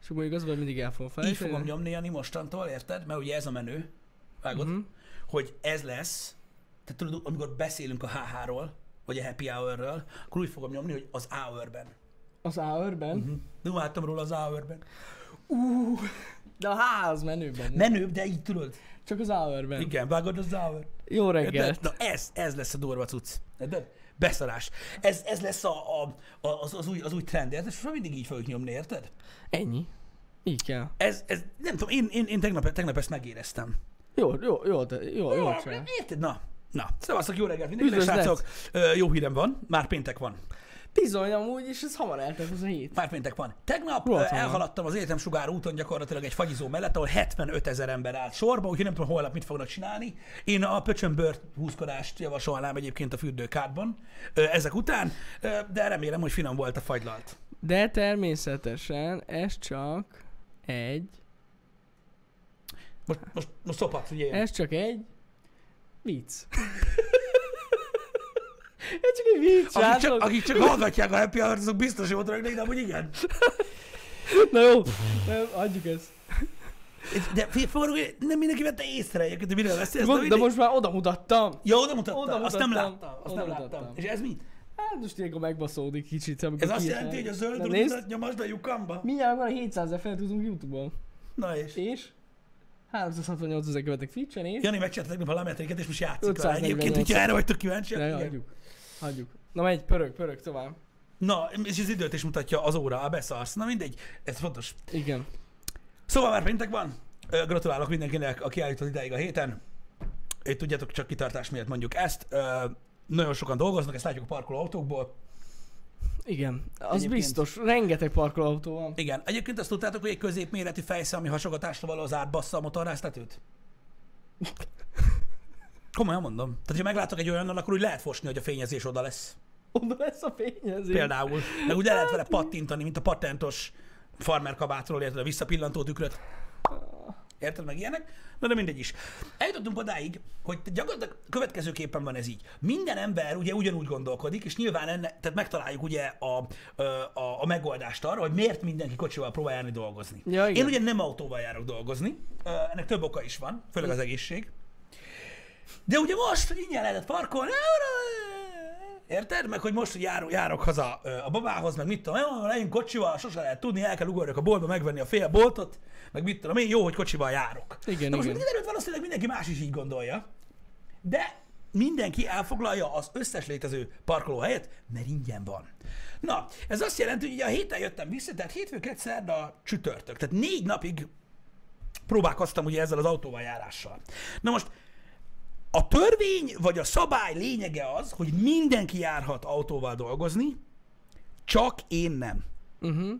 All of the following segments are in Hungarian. És akkor igazban mindig el fogom Így felejteni. fogom nyomni, Jani, mostantól, érted? Mert ugye ez a menő, vágod, uh-huh. hogy ez lesz, tehát tudod, amikor beszélünk a HH-ról, vagy a happy hour-ről, akkor úgy fogom nyomni, hogy az hour-ben. Az hour-ben, uh-huh. Dumáltam róla az hour-ben. de a ház menőben. Ne. Menőbb, de így tudod. Csak az hour-ben. Igen, vágod az hour. Jó Érted? reggelt. Na ez, ez lesz a durva cucc. Érted? Beszarás. Ez, ez lesz a, a, a, az, az, új, az új trend, érted? És most mindig így fogjuk nyomni, érted? Ennyi. Így kell. Ez, ez nem tudom, én, én, én tegnap, tegnap ezt megéreztem. Jó, jó, jó, de- jó, jó, Na, csinál. Érted? Na, na. Szevasztok, jó reggelt mindenkinek, Üdvözlet. srácok. Ö, Jó hírem van, már péntek van. Bizony, amúgy, és ez hamar eltelt az a hét. Már péntek van. Tegnap Rohadt ö, hamar. elhaladtam az életem sugár úton gyakorlatilag egy fagyizó mellett, ahol 75 ezer ember állt sorba, úgyhogy nem tudom holnap mit fognak csinálni. Én a pöcsönbört húzkodást javasolnám egyébként a fürdőkádban ö, ezek után, ö, de remélem, hogy finom volt a fagylalt. De természetesen ez csak egy, Most, most, most szopat, ugye? ez csak egy vicc. ez csak egy vicc, Akik csak, srácok. akik csak hallgatják a happy hour azok biztos jót rögnek, de amúgy igen. Na jó, nem, adjuk ezt. De félforgó, nem mindenki vette észre egyébként, hogy miről beszélsz. Mond- de mindegy. most már oda mutattam. Ja, oda mutatta. Oda azt nem mutattam. láttam. Azt Oda nem láttam. mutattam. És ez mit? Hát most ilyenkor megbaszódik kicsit. amikor Ez azt kiírták. jelenti, Na, hogy a zöld nézd, rudat nyomasd a lyukamba? Mindjárt már 700 ezer feltúzunk Youtube-on. Na és? És? 368 ezer követek Twitch-en, és? Jani megcsinálta tegnap a lámetriket, és most játszik vele 548. egyébként, hogyha erre vagytok kíváncsiak. De jó, igen. hagyjuk. Hagyjuk. Na megy, pörög, pörög tovább. Na, és az időt is mutatja az óra, a beszarsz. Na mindegy, ez fontos. Igen. Szóval már péntek van. Ö, Gratulálok mindenkinek, aki eljutott idáig a héten. Itt tudjátok, csak kitartás miatt mondjuk ezt. Ö, Nagyon sokan dolgoznak, ezt látjuk a parkoló autókból. Igen. Az Egyébként- biztos. Rengeteg parkolóautó van. Igen, egyébként azt tudtátok, hogy egy középméretű fejsze, ami hasogatásra való az átbassza a motorráztetőt? Komolyan mondom. Tehát, ha meglátok egy olyannal, akkor úgy lehet fosni, hogy a fényezés oda lesz. Oda lesz a fényezés. Például. Meg úgy le lehet vele pattintani, mint a patentos farmer kabátról, érted, a visszapillantó tükröt. Érted meg ilyenek? Na de mindegy is. Eljutottunk odáig, hogy gyakorlatilag következőképpen van ez így. Minden ember ugye ugyanúgy gondolkodik, és nyilván enne, tehát megtaláljuk ugye a, a, a, a megoldást arra, hogy miért mindenki kocsival próbál járni dolgozni. Ja, igen. Én ugye nem autóval járok dolgozni, ö, ennek több oka is van, főleg az egészség. De ugye most, hogy ingyen lehetett parkolni, érted? Meg hogy most, hogy járok, járok haza ö, a babához, meg mit tudom, jó, legyünk kocsival, sose lehet tudni, el kell ugorjak a boltba, megvenni a fél boltot, meg mit tudom én, jó, hogy kocsival járok. Igen, Na most igen. kiderült, valószínűleg mindenki más is így gondolja, de mindenki elfoglalja az összes létező parkolóhelyet, mert ingyen van. Na, ez azt jelenti, hogy ugye a héten jöttem vissza, tehát hétfő, kedd, szerda, csütörtök. Tehát négy napig próbálkoztam ugye ezzel az autóval járással. Na most a törvény vagy a szabály lényege az, hogy mindenki járhat autóval dolgozni, csak én nem. Uh-huh.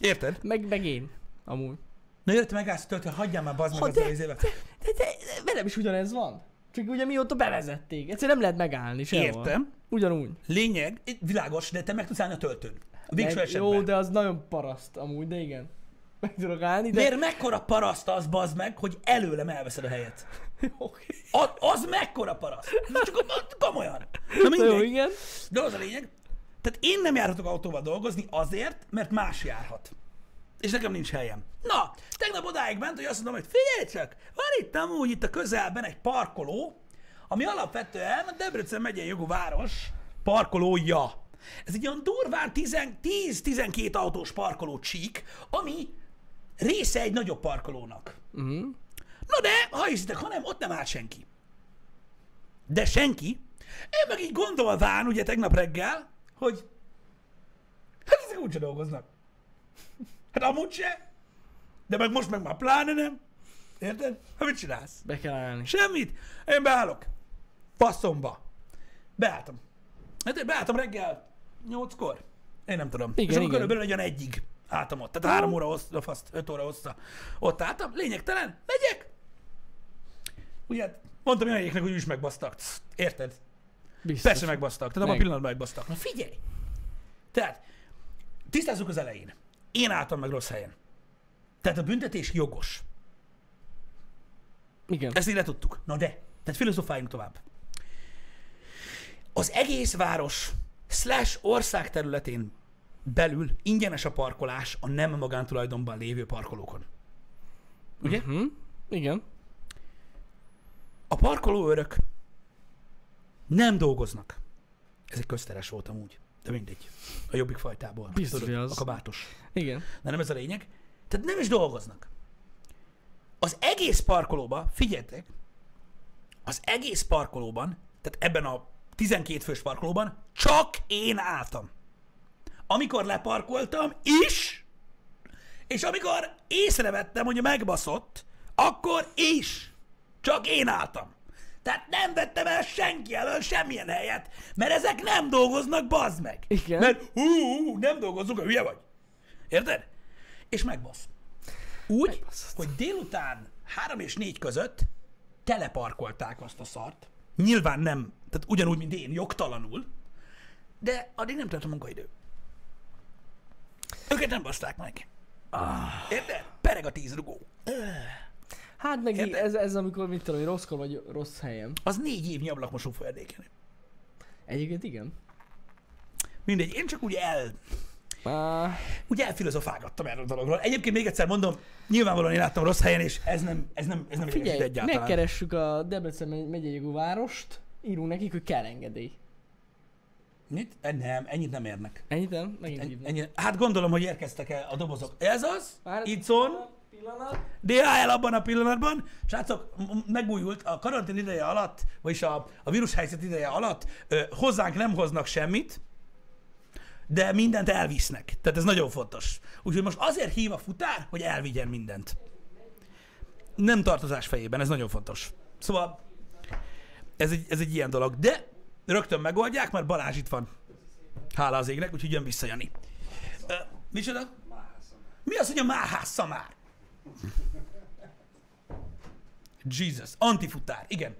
Érted? Meg, meg én. Amúgy. Na jött megállsz, töltő, hagyjál már bazd meg Ha, ezzel de- az éve. De, de, de velem is ugyanez van. Csak ugye mióta bevezették. Egyszerűen nem lehet megállni sehol. Értem. Ugyanúgy. Lényeg, itt világos, de te meg tudsz állni a töltőn. A végső Meg, esetben. jó, de az nagyon paraszt amúgy, de igen. Meg tudok állni, de... Miért mekkora paraszt az, bazd meg, hogy előlem elveszed a helyet? Oké. Az, az mekkora paraszt? Na Csak a- komolyan. Na Na Jó, mindegy. igen. De az a lényeg, tehát én nem járhatok autóval dolgozni azért, mert más járhat. És nekem nincs helyem. Na, tegnap odáig ment, hogy azt mondom, hogy figyelj csak, van itt amúgy itt a közelben egy parkoló, ami alapvetően a Debrecen megyen jogú város parkolója. Ez egy olyan durván 10 10-12 autós parkoló csík, ami része egy nagyobb parkolónak. Uh-huh. Mhm. Na de, ha hiszitek, hanem ott nem áll senki. De senki. Én meg így gondolván, ugye tegnap reggel, hogy hát ezek úgyse dolgoznak. Hát amúgy se. De meg most meg már pláne nem. Érted? Hát mit csinálsz? Be kell állni. Semmit. Én beállok. Faszomba. Beálltam. Hát én beálltam reggel nyolckor. Én nem tudom. Igen, És akkor igen. körülbelül egy olyan egyig álltam ott. Tehát három óra hosszra, faszt, öt óra hosszra ott álltam. Lényegtelen. Megyek. Ugye, mondtam jelenjéknek, hogy is megbasztak. Tsz, Érted? Biztos. Persze megbasztak, tehát abban a Meg. pillanatban megbasztak. Na figyelj! Tehát, tisztázzuk az elején. Én álltam meg rossz helyen. Tehát a büntetés jogos. Igen. Ezt így letudtuk. Na de, tehát filozofáljunk tovább. Az egész város slash ország területén belül ingyenes a parkolás a nem magántulajdonban lévő parkolókon. Ugye? Hm? Igen. A parkolóőrök nem dolgoznak. Ez egy közteres volt amúgy, de mindegy. A jobbik fajtából. Biztos, Tudod, hogy az. A kabátos. Igen. De nem ez a lényeg. Tehát nem is dolgoznak. Az egész parkolóba, figyeljetek, az egész parkolóban, tehát ebben a 12 fős parkolóban csak én álltam. Amikor leparkoltam is, és amikor észrevettem, hogy megbaszott, akkor is csak én álltam. Tehát nem vettem el senki elől semmilyen helyet, mert ezek nem dolgoznak, bazd meg. Igen. Mert hú, hú, hú, nem dolgozunk, hülye vagy. Érted? És megbasz. Úgy, hogy délután 3 és 4 között teleparkolták azt a szart. Nyilván nem, tehát ugyanúgy, mint én, jogtalanul, de addig nem tart a munkaidő. Őket nem baszták meg. Ah. Érted? Pereg a tíz rugó. Hát meg í- Érted? ez, ez, amikor mit tudom, hogy rosszkor vagy rossz helyen. Az négy évnyi ablakmosó folyadéken. Egyébként igen. Mindegy, én csak úgy el, Uh, úgy elfilozofálgattam erről a dologról. Egyébként még egyszer mondom, nyilvánvalóan én láttam rossz helyen, és ez nem, ez nem, ez nem figyelj, idegesít egyáltalán. megkeressük a Debrecen megy- megyei jogú várost, írunk nekik, hogy kell engedély. Mit? Eh, Nem, ennyit nem érnek. Ennyit nem? Megint Ennyi, hívnak. ennyi. Hát gondolom, hogy érkeztek el a dobozok. Ez az, Várj- Icon, Pillanat. DHL abban a pillanatban. Srácok, m- m- megújult a karantén ideje alatt, vagyis a, a vírushelyzet ideje alatt ö, hozzánk nem hoznak semmit, de mindent elvisznek. Tehát ez nagyon fontos. Úgyhogy most azért hív a futár, hogy elvigyen mindent. Nem tartozás fejében, ez nagyon fontos. Szóval ez egy, ez egy ilyen dolog. De rögtön megoldják, mert Balázs itt van. Hála az égnek, úgyhogy jön vissza Jani. Ö, micsoda? Mi az, hogy a máhásza már? Jesus. Antifutár, igen.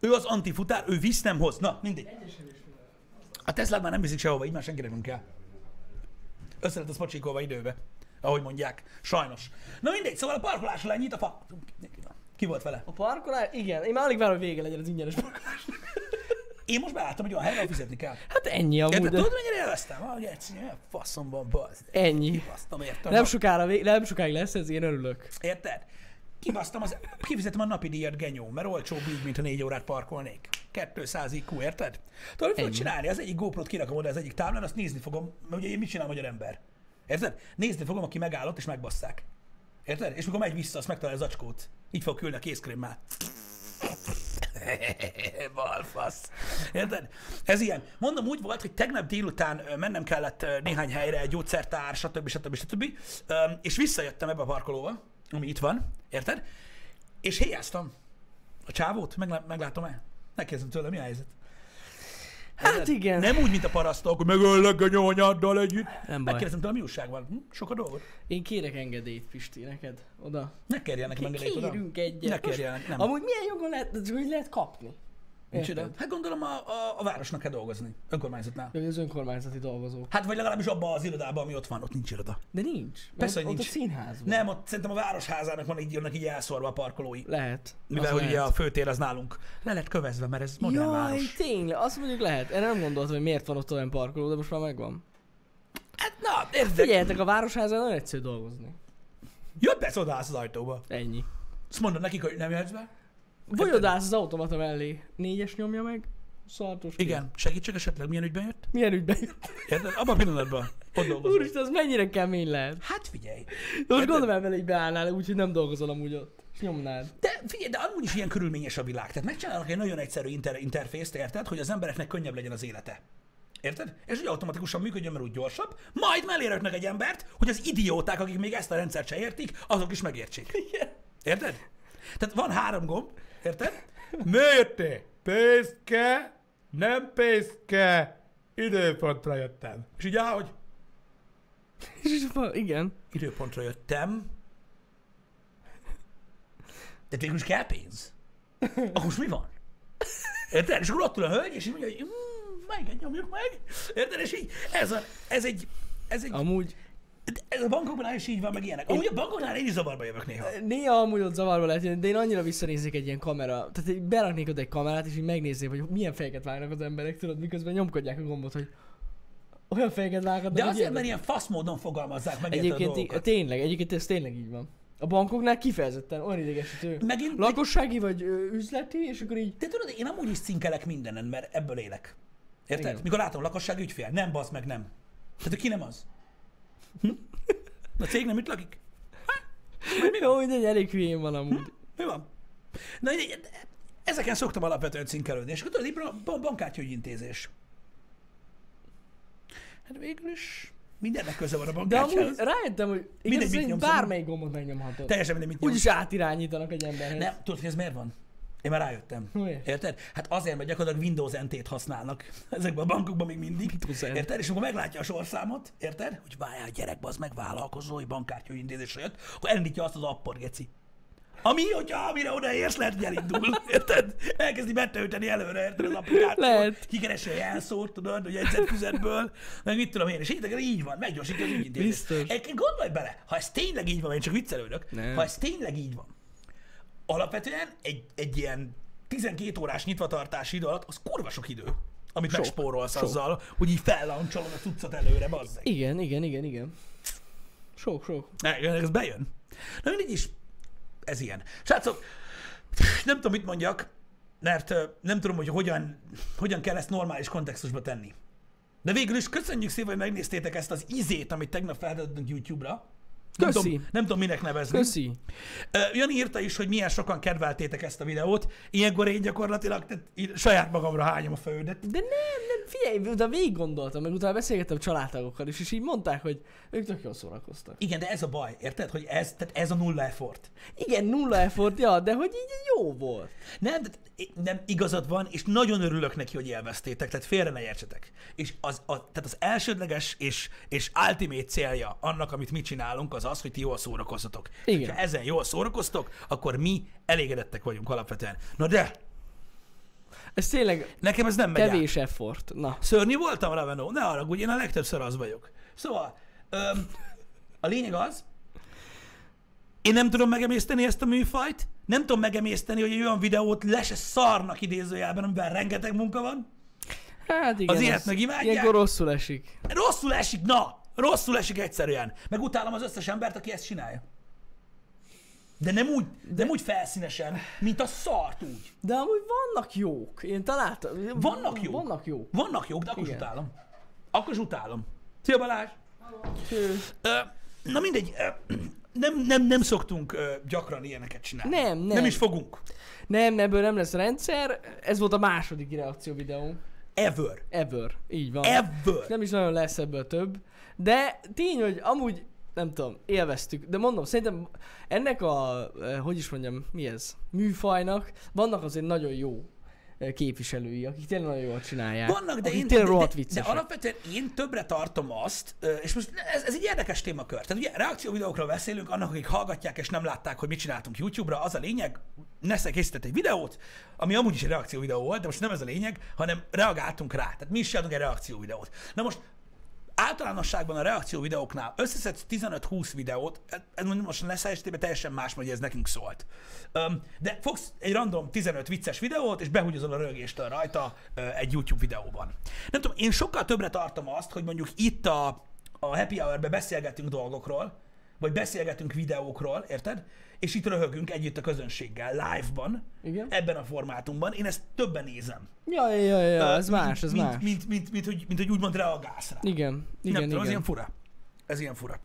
Ő az antifutár, ő visz nem hoz. Na, mindegy. A Tesla már nem viszik sehova, így már senki nem kell. Össze lett az pacsikolva időbe, ahogy mondják. Sajnos. Na mindegy, szóval a parkolásra lenyit a fa... Ki volt vele? A parkolás? Igen. Én már alig várom, hogy vége legyen az ingyenes parkolás. Én most beálltam egy olyan helyre, ahol fizetni kell. Hát ennyi Érted? amúgy. De... Tudod, mennyire élveztem? Ah, egyszerű, olyan faszom van, bazd. Ennyi. Kibasztam, érted? Nem sokára, vég- nem sokáig lesz ez, én örülök. Érted? Kibasztam az, kifizetem a napi díjat, genyó, mert olcsóbb így, mint a négy órát parkolnék. 200 IQ, érted? Tudod, mit fogok csinálni? Az egyik GoPro-t kirakom oda az egyik táblán, azt nézni fogom, mert ugye én mit csinál a magyar ember. Érted? Nézni fogom, aki megállott, és megbasszák. Érted? És mikor megy vissza, azt megtalálja az acskót. Így fog külni a kézkrémmel. Balfasz. Érted? Ez ilyen. Mondom, úgy volt, hogy tegnap délután ö, mennem kellett ö, néhány helyre, egy gyógyszertár, stb. stb. stb. Öm, És visszajöttem ebbe a parkolóba, ami itt van, érted? És héjáztam. A csávót, Meglá- meglátom-e? Megkérdezem tőle, mi a helyzet? Hát igen. Nem úgy, mint a parasztok, hogy megöllek a nyonyaddal együtt. baj. Megkérdezem tőle, mi újság van? Hm? Sok a dolgot. Én kérek engedélyt, Pisti, neked. Oda. Ne kerjenek meg elég oda. Kérünk egyet. Ne Most kerjenek, nem. Amúgy milyen jogon lehet, hogy lehet kapni? Micsoda? Érted? Hát gondolom a, a, a városnak kell dolgozni, önkormányzatnál. Hogy az önkormányzati dolgozók. Hát vagy legalábbis abba az irodába, ami ott van, ott nincs iroda. De nincs. mert Persze, hogy ott nincs. a színház van. Nem, ott szerintem a városházának van így, jönnek így elszorva a parkolói. Lehet. Mivel Az hogy ugye lehet. a főtér az nálunk le lett kövezve, mert ez modern Jaj, város. tényleg, azt mondjuk lehet. Erre nem gondoltam, hogy miért van ott olyan parkoló, de most már megvan. Hát na, érted? Figyeljetek, a városházán nagyon egyszerű dolgozni. Jössz perc odaállsz az ajtóba. Ennyi. Azt mondod nekik, hogy nem jöhetsz be? Vagy odász az automata mellé. Négyes nyomja meg. Szartos. kéz. Igen. Segítsek esetleg, milyen ügyben jött? Milyen ügyben jött? Érted? Abban a pillanatban ott dolgozol. Úristen, az mennyire kemény lehet. Hát figyelj. De most gondolom el vele, hogy beállnál, úgyhogy nem dolgozol amúgy ott. És nyomnád. De figyelj, de amúgy is ilyen körülményes a világ. Tehát megcsinálnak egy nagyon egyszerű inter- interfészt, érted, hogy az embereknek könnyebb legyen az élete. Érted? És hogy automatikusan működjön, mert úgy gyorsabb, majd mellé raknak egy embert, hogy az idióták, akik még ezt a rendszert se értik, azok is megértsék. Érted? Tehát van három gomb, érted? Miért? Pészke, nem pészke, időpontra jöttem. És így áll, hogy És is van, igen. időpontra jöttem, de végül is kell pénz. Akkor most mi van? Érted? És akkor ott ül a hölgy, és így mondja, hogy "Mm, meg, nyomjuk meg. Érted? És így ez, a, ez egy, ez egy, Amúgy ez a bankoknál is így van, meg ilyenek. Amúgy a bankoknál én is zavarba jövök néha. néha amúgy ott zavarba lehet jönni, de én annyira visszanéznék egy ilyen kamera, tehát így beraknék oda egy kamerát, és így megnézném, hogy milyen fejeket vágnak az emberek, tudod, miközben nyomkodják a gombot, hogy Olyan fejeket vághatnak, De hogy azért, mert ilyen- ilyen fasz módon fogalmazzák meg érted a Egyébként í- dolgokat. tényleg, egyébként ez tényleg így van. A bankoknál kifejezetten olyan idegesítő. Megint- Lakossági vagy ö, üzleti, és akkor így... De tudod, én amúgy is cinkelek mindenen, mert ebből élek. Érted? Igen. Mikor látom lakosság ügyfél, nem basz meg nem. Tehát ki nem az? Hm? A cég nem itt lakik? Jó, mindegy, elég hülyén van amúgy. Mi van? Na, így- így- ezeken szoktam alapvetően cinkelődni. És akkor tudod, így ban- ban- bankkártyaügyintézés. Hát végül is mindennek köze van a De amúgy bankkártyához. rájöttem, hogy Hát Mindegy, igaz, mit szerint nyomsz, bármelyik gombot megnyomhatod. Teljesen mindegy, mit Úgyis átirányítanak egy emberhez. Nem, tudod, hogy ez miért van? Én már rájöttem. Miért? Érted? Hát azért, mert gyakorlatilag Windows NT-t használnak ezekben a bankokban még mindig. Windows NT. Érted? És akkor meglátja a sorszámot, érted? Hogy várjál, gyerek, az meg vállalkozói bankkártya intézésre jött, akkor elindítja azt az appot, geci. Ami, hogyha amire odaérsz, lehet, hogy elindul, érted? Elkezdi betölteni előre, érted az applikációt. Lehet. Kikeresi a jelszót, tudod, hogy egyszer füzetből, meg mit tudom én, és így, így van, meggyorsítja az ügyintézést. Biztos. Egyébként gondolj bele, ha ez tényleg így van, én csak viccelődök, Nem. ha ez tényleg így van, alapvetően egy, egy ilyen 12 órás nyitvatartási idő alatt, az kurva sok idő, amit sok, megspórolsz sok. azzal, hogy így fellancsolod a cuccot előre, bazzeg. Igen, igen, igen, igen. Sok, sok. Igen, ez bejön. Na mindig is, ez ilyen. Srácok, nem tudom, mit mondjak, mert ö, nem tudom, hogy hogyan, hogyan kell ezt normális kontextusba tenni. De végül is köszönjük szépen, hogy megnéztétek ezt az izét, amit tegnap feltettünk YouTube-ra. Nem Köszi. tudom, nem tudom, minek nevezni. Köszi. Ö, Jani írta is, hogy milyen sokan kedveltétek ezt a videót. Ilyenkor én gyakorlatilag tehát, így saját magamra hányom a földet. De nem, nem, figyelj, de végig gondoltam, meg utána beszélgettem családtagokkal is, és így mondták, hogy ők tök jól szórakoztak. Igen, de ez a baj, érted? Hogy ez, tehát ez a nulla effort. Igen, nulla effort, ja, de hogy így jó volt. Nem, tehát i- nem igazad van, és nagyon örülök neki, hogy élveztétek, tehát félre ne értsetek. És az, a, tehát az elsődleges és, és ultimate célja annak, amit mi csinálunk, az az, hogy ti jól szórakozzatok. Igen. Ha ezen jól szórakoztok, akkor mi elégedettek vagyunk alapvetően. Na de, Ez tényleg nekem ez nem megy át. kevés effort. Na. Szörnyű voltam, Ravenó? Ne haragudj, én a legtöbbször az vagyok. Szóval, öm, a lényeg az, én nem tudom megemészteni ezt a műfajt, nem tudom megemészteni, hogy egy olyan videót le se szarnak idézőjelben, amiben rengeteg munka van. Hát igen. Az ilyet azt- meg imádják? Ilyenkor rosszul esik. Rosszul esik, na! Rosszul esik egyszerűen. Meg utálom az összes embert, aki ezt csinálja. De nem úgy, de... nem úgy felszínesen, mint a szart úgy. De amúgy vannak jók. Én találtam. Vannak jók. Vannak jók. Vannak jók, de akkor is Igen. utálom. Akkor is utálom. Szia Balázs! Ö, Ö, Na mindegy, ö, nem, nem, nem szoktunk ö, gyakran ilyeneket csinálni. Nem, nem. Nem is fogunk. Nem, nem, ebből nem lesz rendszer. Ez volt a második reakció videó. Ever. Ever. Így van. Ever. Nem is nagyon lesz ebből több. De tény, hogy amúgy, nem tudom, élveztük. De mondom, szerintem ennek a, eh, hogy is mondjam, mi ez, műfajnak vannak azért nagyon jó eh, képviselői, akik tényleg nagyon jól csinálják. Vannak, de akik én, de, tényleg de, rohadt de viccesek. alapvetően én többre tartom azt, ö, és most ez, ez egy érdekes témakör. Tehát ugye reakcióvideókról beszélünk, annak, akik hallgatják és nem látták, hogy mit csináltunk YouTube-ra, az a lényeg, Nesze készített egy videót, ami amúgy is egy reakcióvideó volt, de most nem ez a lényeg, hanem reagáltunk rá. Tehát mi is csináltunk egy reakcióvideót. Na most általánosságban a reakció videóknál összeszedsz 15-20 videót, ez mondjuk most lesz esetében teljesen más, hogy ez nekünk szólt. Öm, de fogsz egy random 15 vicces videót, és behúgyozol a rögéstől rajta ö, egy YouTube videóban. Nem tudom, én sokkal többre tartom azt, hogy mondjuk itt a, a happy hour-be beszélgetünk dolgokról, vagy beszélgetünk videókról, érted? És itt röhögünk együtt a közönséggel, live-ban, Igen. ebben a formátumban. Én ezt többen nézem. Ja, ja, ja, ja, ez Ö, mint- más, ez mint, más. Mint, mint, mint, mint, hogy, mint, hogy úgymond reagálsz rá. Igen, igen, nem tudom, igen. ez ilyen fura. Ez ilyen fura.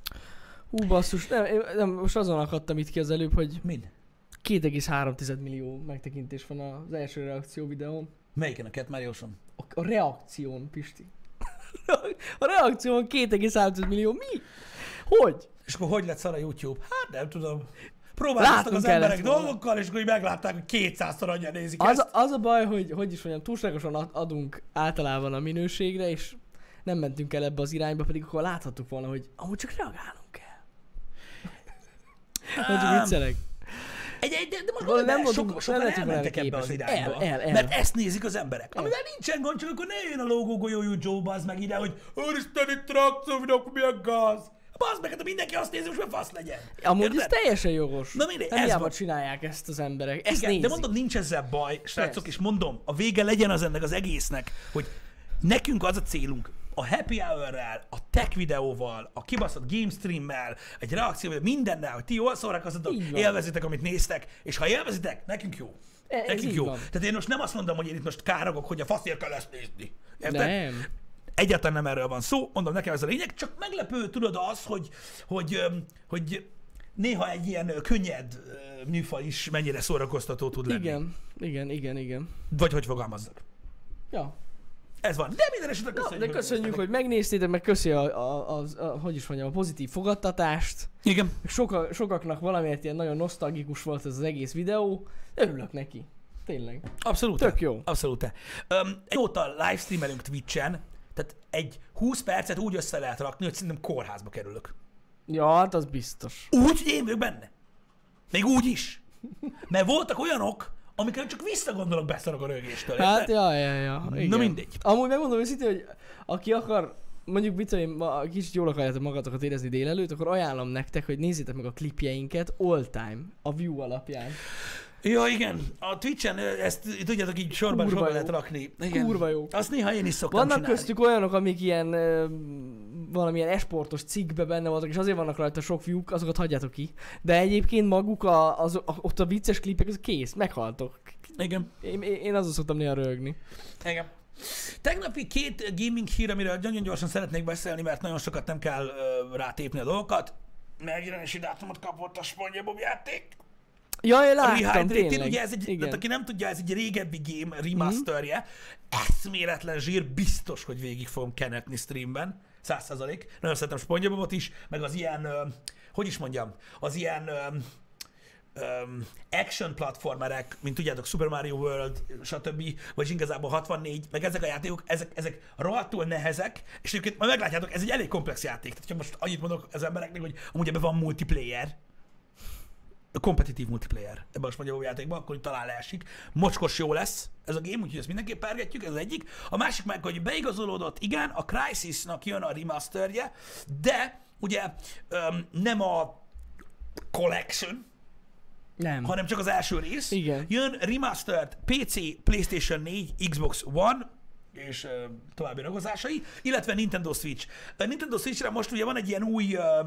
Hú, basszus, nem, én- nem, most azon akadtam itt ki az előbb, hogy Mind? 2,3 millió megtekintés van az első reakció videón. Melyiken a Cat Mariuson? A, a reakción, Pisti. A reakción 2,3 millió. Mi? Hogy? És akkor hogy lett szar a YouTube? Hát nem tudom. Próbálkoztak Látnunk az kellett emberek volna. dolgokkal, és akkor így meglátták, hogy 200-szor annyian nézik Az, az a- ezt. az a baj, hogy hogy is mondjam, túlságosan ad- adunk általában a minőségre, és nem mentünk el ebbe az irányba, pedig akkor láthattuk volna, hogy amúgy csak reagálnunk kell. Nem csak viccelek. Hát, Egy, egy, de, de most Valahogy nem nem voltunk- sokan, sokan nem lettünk elmentek vele ebbe az képesek. irányba. El, el, el. Mert ezt nézik az emberek. Amivel nincsen gond, csak akkor ne jön a lógó golyójú Joe az meg ide, hogy Úristen, itt trakcióvinok, mi a gáz? Bazd meg, hát ha mindenki azt nézi, most már fasz legyen. Amúgy Érted? ez teljesen jogos. Na mindegy, nem ez hiába van. csinálják ezt az emberek. Ezt Igen, de nézik. mondom, nincs ezzel baj, srácok, Persze. és mondom, a vége legyen az ennek az egésznek, hogy nekünk az a célunk, a happy hour-rel, a tech videóval, a kibaszott game streammel, egy reakcióval, mindennel, hogy ti jól szórakoztatok, Így van. élvezitek, amit néztek, és ha élvezitek, nekünk jó. Ez Nekünk így jó. van. Tehát én most nem azt mondom, hogy én itt most károgok, hogy a faszért kell ezt nézni. Érted? Nem. Egyáltalán nem erről van szó, mondom, nekem ez a lényeg, csak meglepő, tudod, az, hogy, hogy, öm, hogy néha egy ilyen ö, könnyed ö, műfaj is mennyire szórakoztató tud lenni. Igen, igen, igen, igen. Vagy hogy fogalmazzak. Ja. Ez van. De minden esetre Na, köszönjük. de köszönjük, hogy megnéztétek, meg köszi a, a, a, a, hogy is mondjam, a pozitív fogadtatást. Igen. Soka, sokaknak valamiért ilyen nagyon nosztalgikus volt ez az egész videó. Örülök neki. Tényleg. Abszolút. Tök jó. Abszolút. Um, jóta livestreamelünk Twitch-en, tehát egy 20 percet úgy össze lehet rakni, hogy szerintem kórházba kerülök. Ja, hát az biztos. Úgy, hogy én vagyok benne. Még úgy is. Mert voltak olyanok, amikre csak visszagondolok beszarok a rögéstől. Hát, érted? ja, ja, ja. Igen. mindegy. Amúgy megmondom őszintén, hogy aki akar, mondjuk mit tudom én, ma- kicsit jól akarjátok magatokat érezni délelőtt, akkor ajánlom nektek, hogy nézzétek meg a klipjeinket all time, a view alapján. Ja, igen. A Twitch-en ö, ezt tudjátok így sorban, Kurva sorban jó. lehet rakni. Igen. Kurva jó. Azt néha én is szoktam Vannak csinálni. köztük olyanok, amik ilyen ö, valamilyen esportos cikkbe benne voltak, és azért vannak rajta sok view azokat hagyjátok ki. De egyébként maguk a, az, a, ott a vicces klipek, az kész, meghaltok. Igen. Én, én én azon szoktam néha rögni. Igen. Tegnapi két gaming hír, amiről nagyon gyorsan szeretnék beszélni, mert nagyon sokat nem kell ö, rátépni a dolgokat. Megjelenési dátumot kapott a SpongeBob játék. Ja, én A láttam, Rehydrated, tényleg. ugye ez egy, Igen. tehát aki nem tudja, ez egy régebbi game remasterje. Mhm. Eszméletlen zsír, biztos, hogy végig fogom kenetni streamben. Száz százalék. Nagyon szeretem SpongeBobot is, meg az ilyen, ö, hogy is mondjam, az ilyen ö, öm, action platformerek, mint tudjátok, Super Mario World, stb., vagy igazából 64, meg ezek a játékok, ezek, ezek rohadtul nehezek, és egyébként majd meglátjátok, ez egy elég komplex játék. Tehát, ha most annyit mondok az embereknek, hogy amúgy ebben van multiplayer, kompetitív multiplayer ebben a spanyol játékban, akkor itt talán leesik. Mocskos jó lesz ez a game, úgyhogy ezt mindenképp párgatjuk, ez az egyik. A másik meg, hogy beigazolódott, igen, a Crysis-nak jön a remasterje, de ugye öm, nem a collection, Nem. hanem csak az első rész. Hm. Igen. Jön remastered PC, PlayStation 4, Xbox One, és ö, további ragozásai, illetve Nintendo Switch. A Nintendo Switchre most ugye van egy ilyen új ö,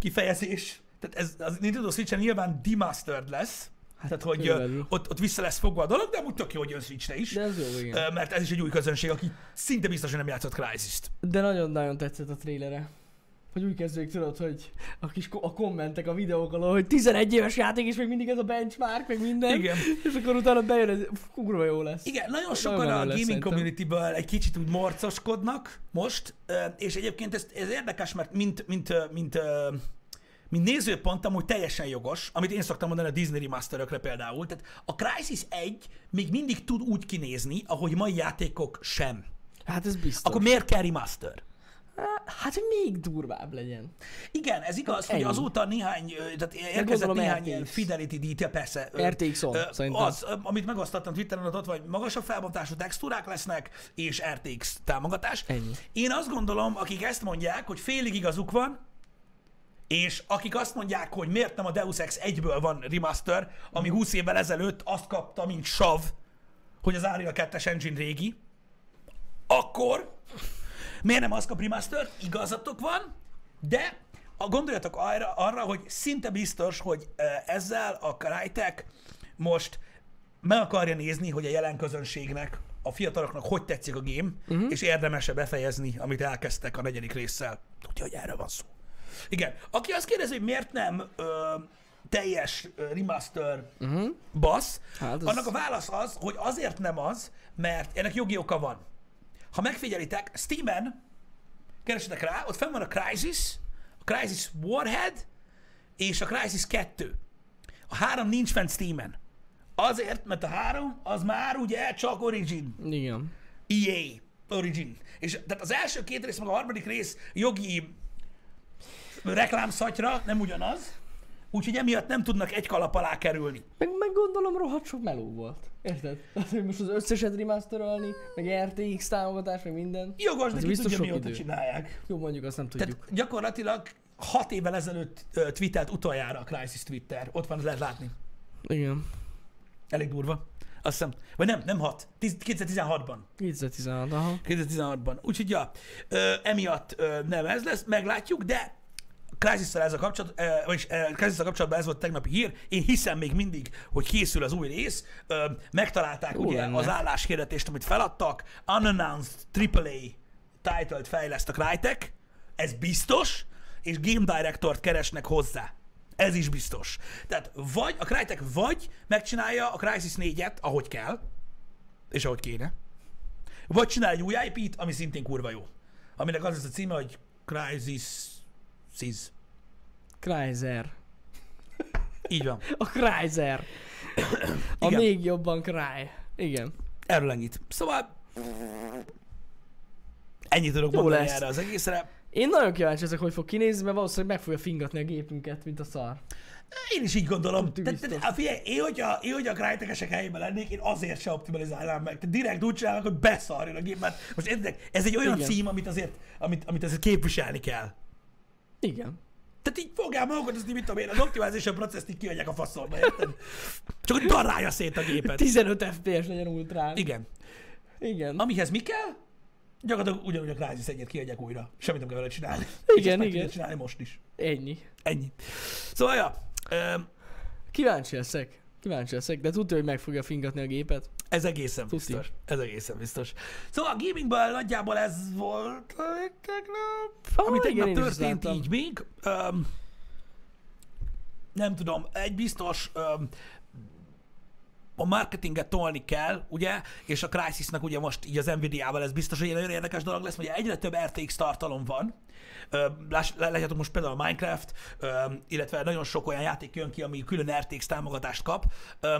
kifejezés, tehát ez az Nintendo Switchen nyilván demastered lesz, hát, tehát hogy ö, körülbelül. ott, ott vissza lesz fogva a dolog, de amúgy tök jó, hogy jön Switchre is. De ez jó, igen. Ö, Mert ez is egy új közönség, aki szinte biztos, hogy nem játszott Crysis-t. De nagyon-nagyon tetszett a trélere. Hogy úgy kezdődik, tudod, hogy a kis ko- a kommentek a videók alól, hogy 11 éves játék, és még mindig ez a benchmark, meg minden. Igen. És akkor utána bejön, ez Fú, kurva jó lesz. Igen, nagyon sokan menő a lesz gaming szerintem. communityből egy kicsit úgy morcoskodnak most, ö, és egyébként ez, ez érdekes, mert mint, mint, ö, mint, ö, mint nézőpont amúgy teljesen jogos, amit én szoktam mondani a Disney remasterökre például. Tehát a Crysis 1 még mindig tud úgy kinézni, ahogy mai játékok sem. Hát ez biztos. Akkor miért kell remaster? Hát, hogy még durvább legyen. Igen, ez igaz, hogy Ennyi. azóta néhány, ö, tehát érkezett gondolom néhány RTX. ilyen fidelity detail, persze. ö, RTX-on, ö, szerintem. Az, ö, amit megosztottam Twitteren, ott vagy magasabb felbontású textúrák lesznek, és RTX támogatás. Ennyi. Én azt gondolom, akik ezt mondják, hogy félig igazuk van, és akik azt mondják, hogy miért nem a Deus Ex 1-ből van remaster, ami 20 évvel ezelőtt azt kapta, mint sav, hogy az Unreal 2-es engine régi, akkor miért nem az kap remaster? Igazatok van, de a, gondoljatok arra, arra, hogy szinte biztos, hogy ö, ezzel a Crytek most meg akarja nézni, hogy a jelen közönségnek, a fiataloknak hogy tetszik a game, Mhm. uh-huh. és érdemese befejezni, amit elkezdtek a negyedik résszel. Tudja, hogy erről van szó. Igen. Aki azt kérdezi, hogy miért nem ö, teljes ö, remaster uh-huh. bassz, Hát hát az- annak a válasz az, hogy azért nem az, mert ennek jogi oka van. Ha megfigyelitek, Steam-en keresetek rá, ott fenn van a Crysis, a Crysis Warhead és a Crysis 2. A három nincs fent Steam-en. Azért, mert a három az már ugye csak Origin. Igen. EA Origin. És tehát az első két rész, meg a harmadik rész jogi reklámszatyra nem ugyanaz, úgyhogy emiatt nem tudnak egy kalap alá kerülni. Meg, meg gondolom rohadt sok meló volt. Érted? Hát, hogy most az összeset remasterolni, meg RTX támogatás, meg minden. Jogos, de Az ki biztos tudja, sok mióta idő. csinálják. Jó, mondjuk azt nem tudjuk. Tehát gyakorlatilag hat évvel ezelőtt ö, tweetelt utoljára a Crysis Twitter. Ott van, lehet látni. Igen. Elég durva. Azt hiszem, vagy nem, nem 6, 10, 2016-ban. 2016, aha. 2016-ban. Úgyhogy ja, ö, emiatt ö, nem ez lesz, meglátjuk, de Crysis-szel ez a kapcsolat, ö, vagyis ö, Crysis-szel kapcsolatban ez volt tegnapi hír. Én hiszem még mindig, hogy készül az új rész. Ö, megtalálták Jó ugye lenne. az álláshirdetést, amit feladtak. Unannounced AAA title-t fejleszt a Crytek. Ez biztos. És Game Directort keresnek hozzá. Ez is biztos. Tehát vagy a Crytek vagy megcsinálja a Crysis 4-et, ahogy kell, és ahogy kéne, vagy csinál egy új IP-t, ami szintén kurva jó. Aminek az lesz a címe, hogy Crysis Sziz. Kreiser. Így van. A Kreiser. A Igen. még jobban Krai. Igen. Erről ennyit. Szóval ennyit tudok Jó mondani lesz. erre az egészre. Én nagyon kíváncsi ezek, hogy fog kinézni, mert valószínűleg meg fogja fingatni a gépünket, mint a szar. Én is így gondolom. Ti Tehát, tehát, biztos. á, figyelj, én hogyha, én, hogyha a Crytekesek helyében lennék, én azért se optimalizálnám meg. Tehát direkt úgy csinálnak, hogy beszarjon a gép, mert most értitek, ez egy olyan Igen. Igen. cím, amit azért, amit, amit azért képviselni kell. Igen. Tehát így fogják magukat, azt így mit tudom én, az optimization processzt így kiadják a faszomba, érted? Csak hogy darálja szét a gépet. 15 FPS legyen ultrán. Igen. Igen. Amihez mi kell? Gyakorlatilag ugyanúgy a Crysis egyet kiadják újra. Semmit nem kell vele csinálni. Igen, És meg igen. tudja csinálni most is. Ennyi. Ennyi. Szóval, ja, öm, Kíváncsi leszek. Kíváncsi leszek, de tudja, hogy meg fogja fingatni a gépet. ez egészen Tuti. biztos. Ez egészen biztos. Szóval a gamingből nagyjából ez volt, ami Ah, tegnap én is történt láttam. így még. Öm, nem tudom, egy biztos, öm, a marketinget tolni kell, ugye, és a Crysisnak ugye most így az Nvidia-val ez biztos, hogy egy nagyon érdekes dolog lesz, hogy egyre több RTX tartalom van. Ö, láss- lá- Látjátok most például a Minecraft, ö, illetve nagyon sok olyan játék jön ki, ami külön RTX támogatást kap, ö,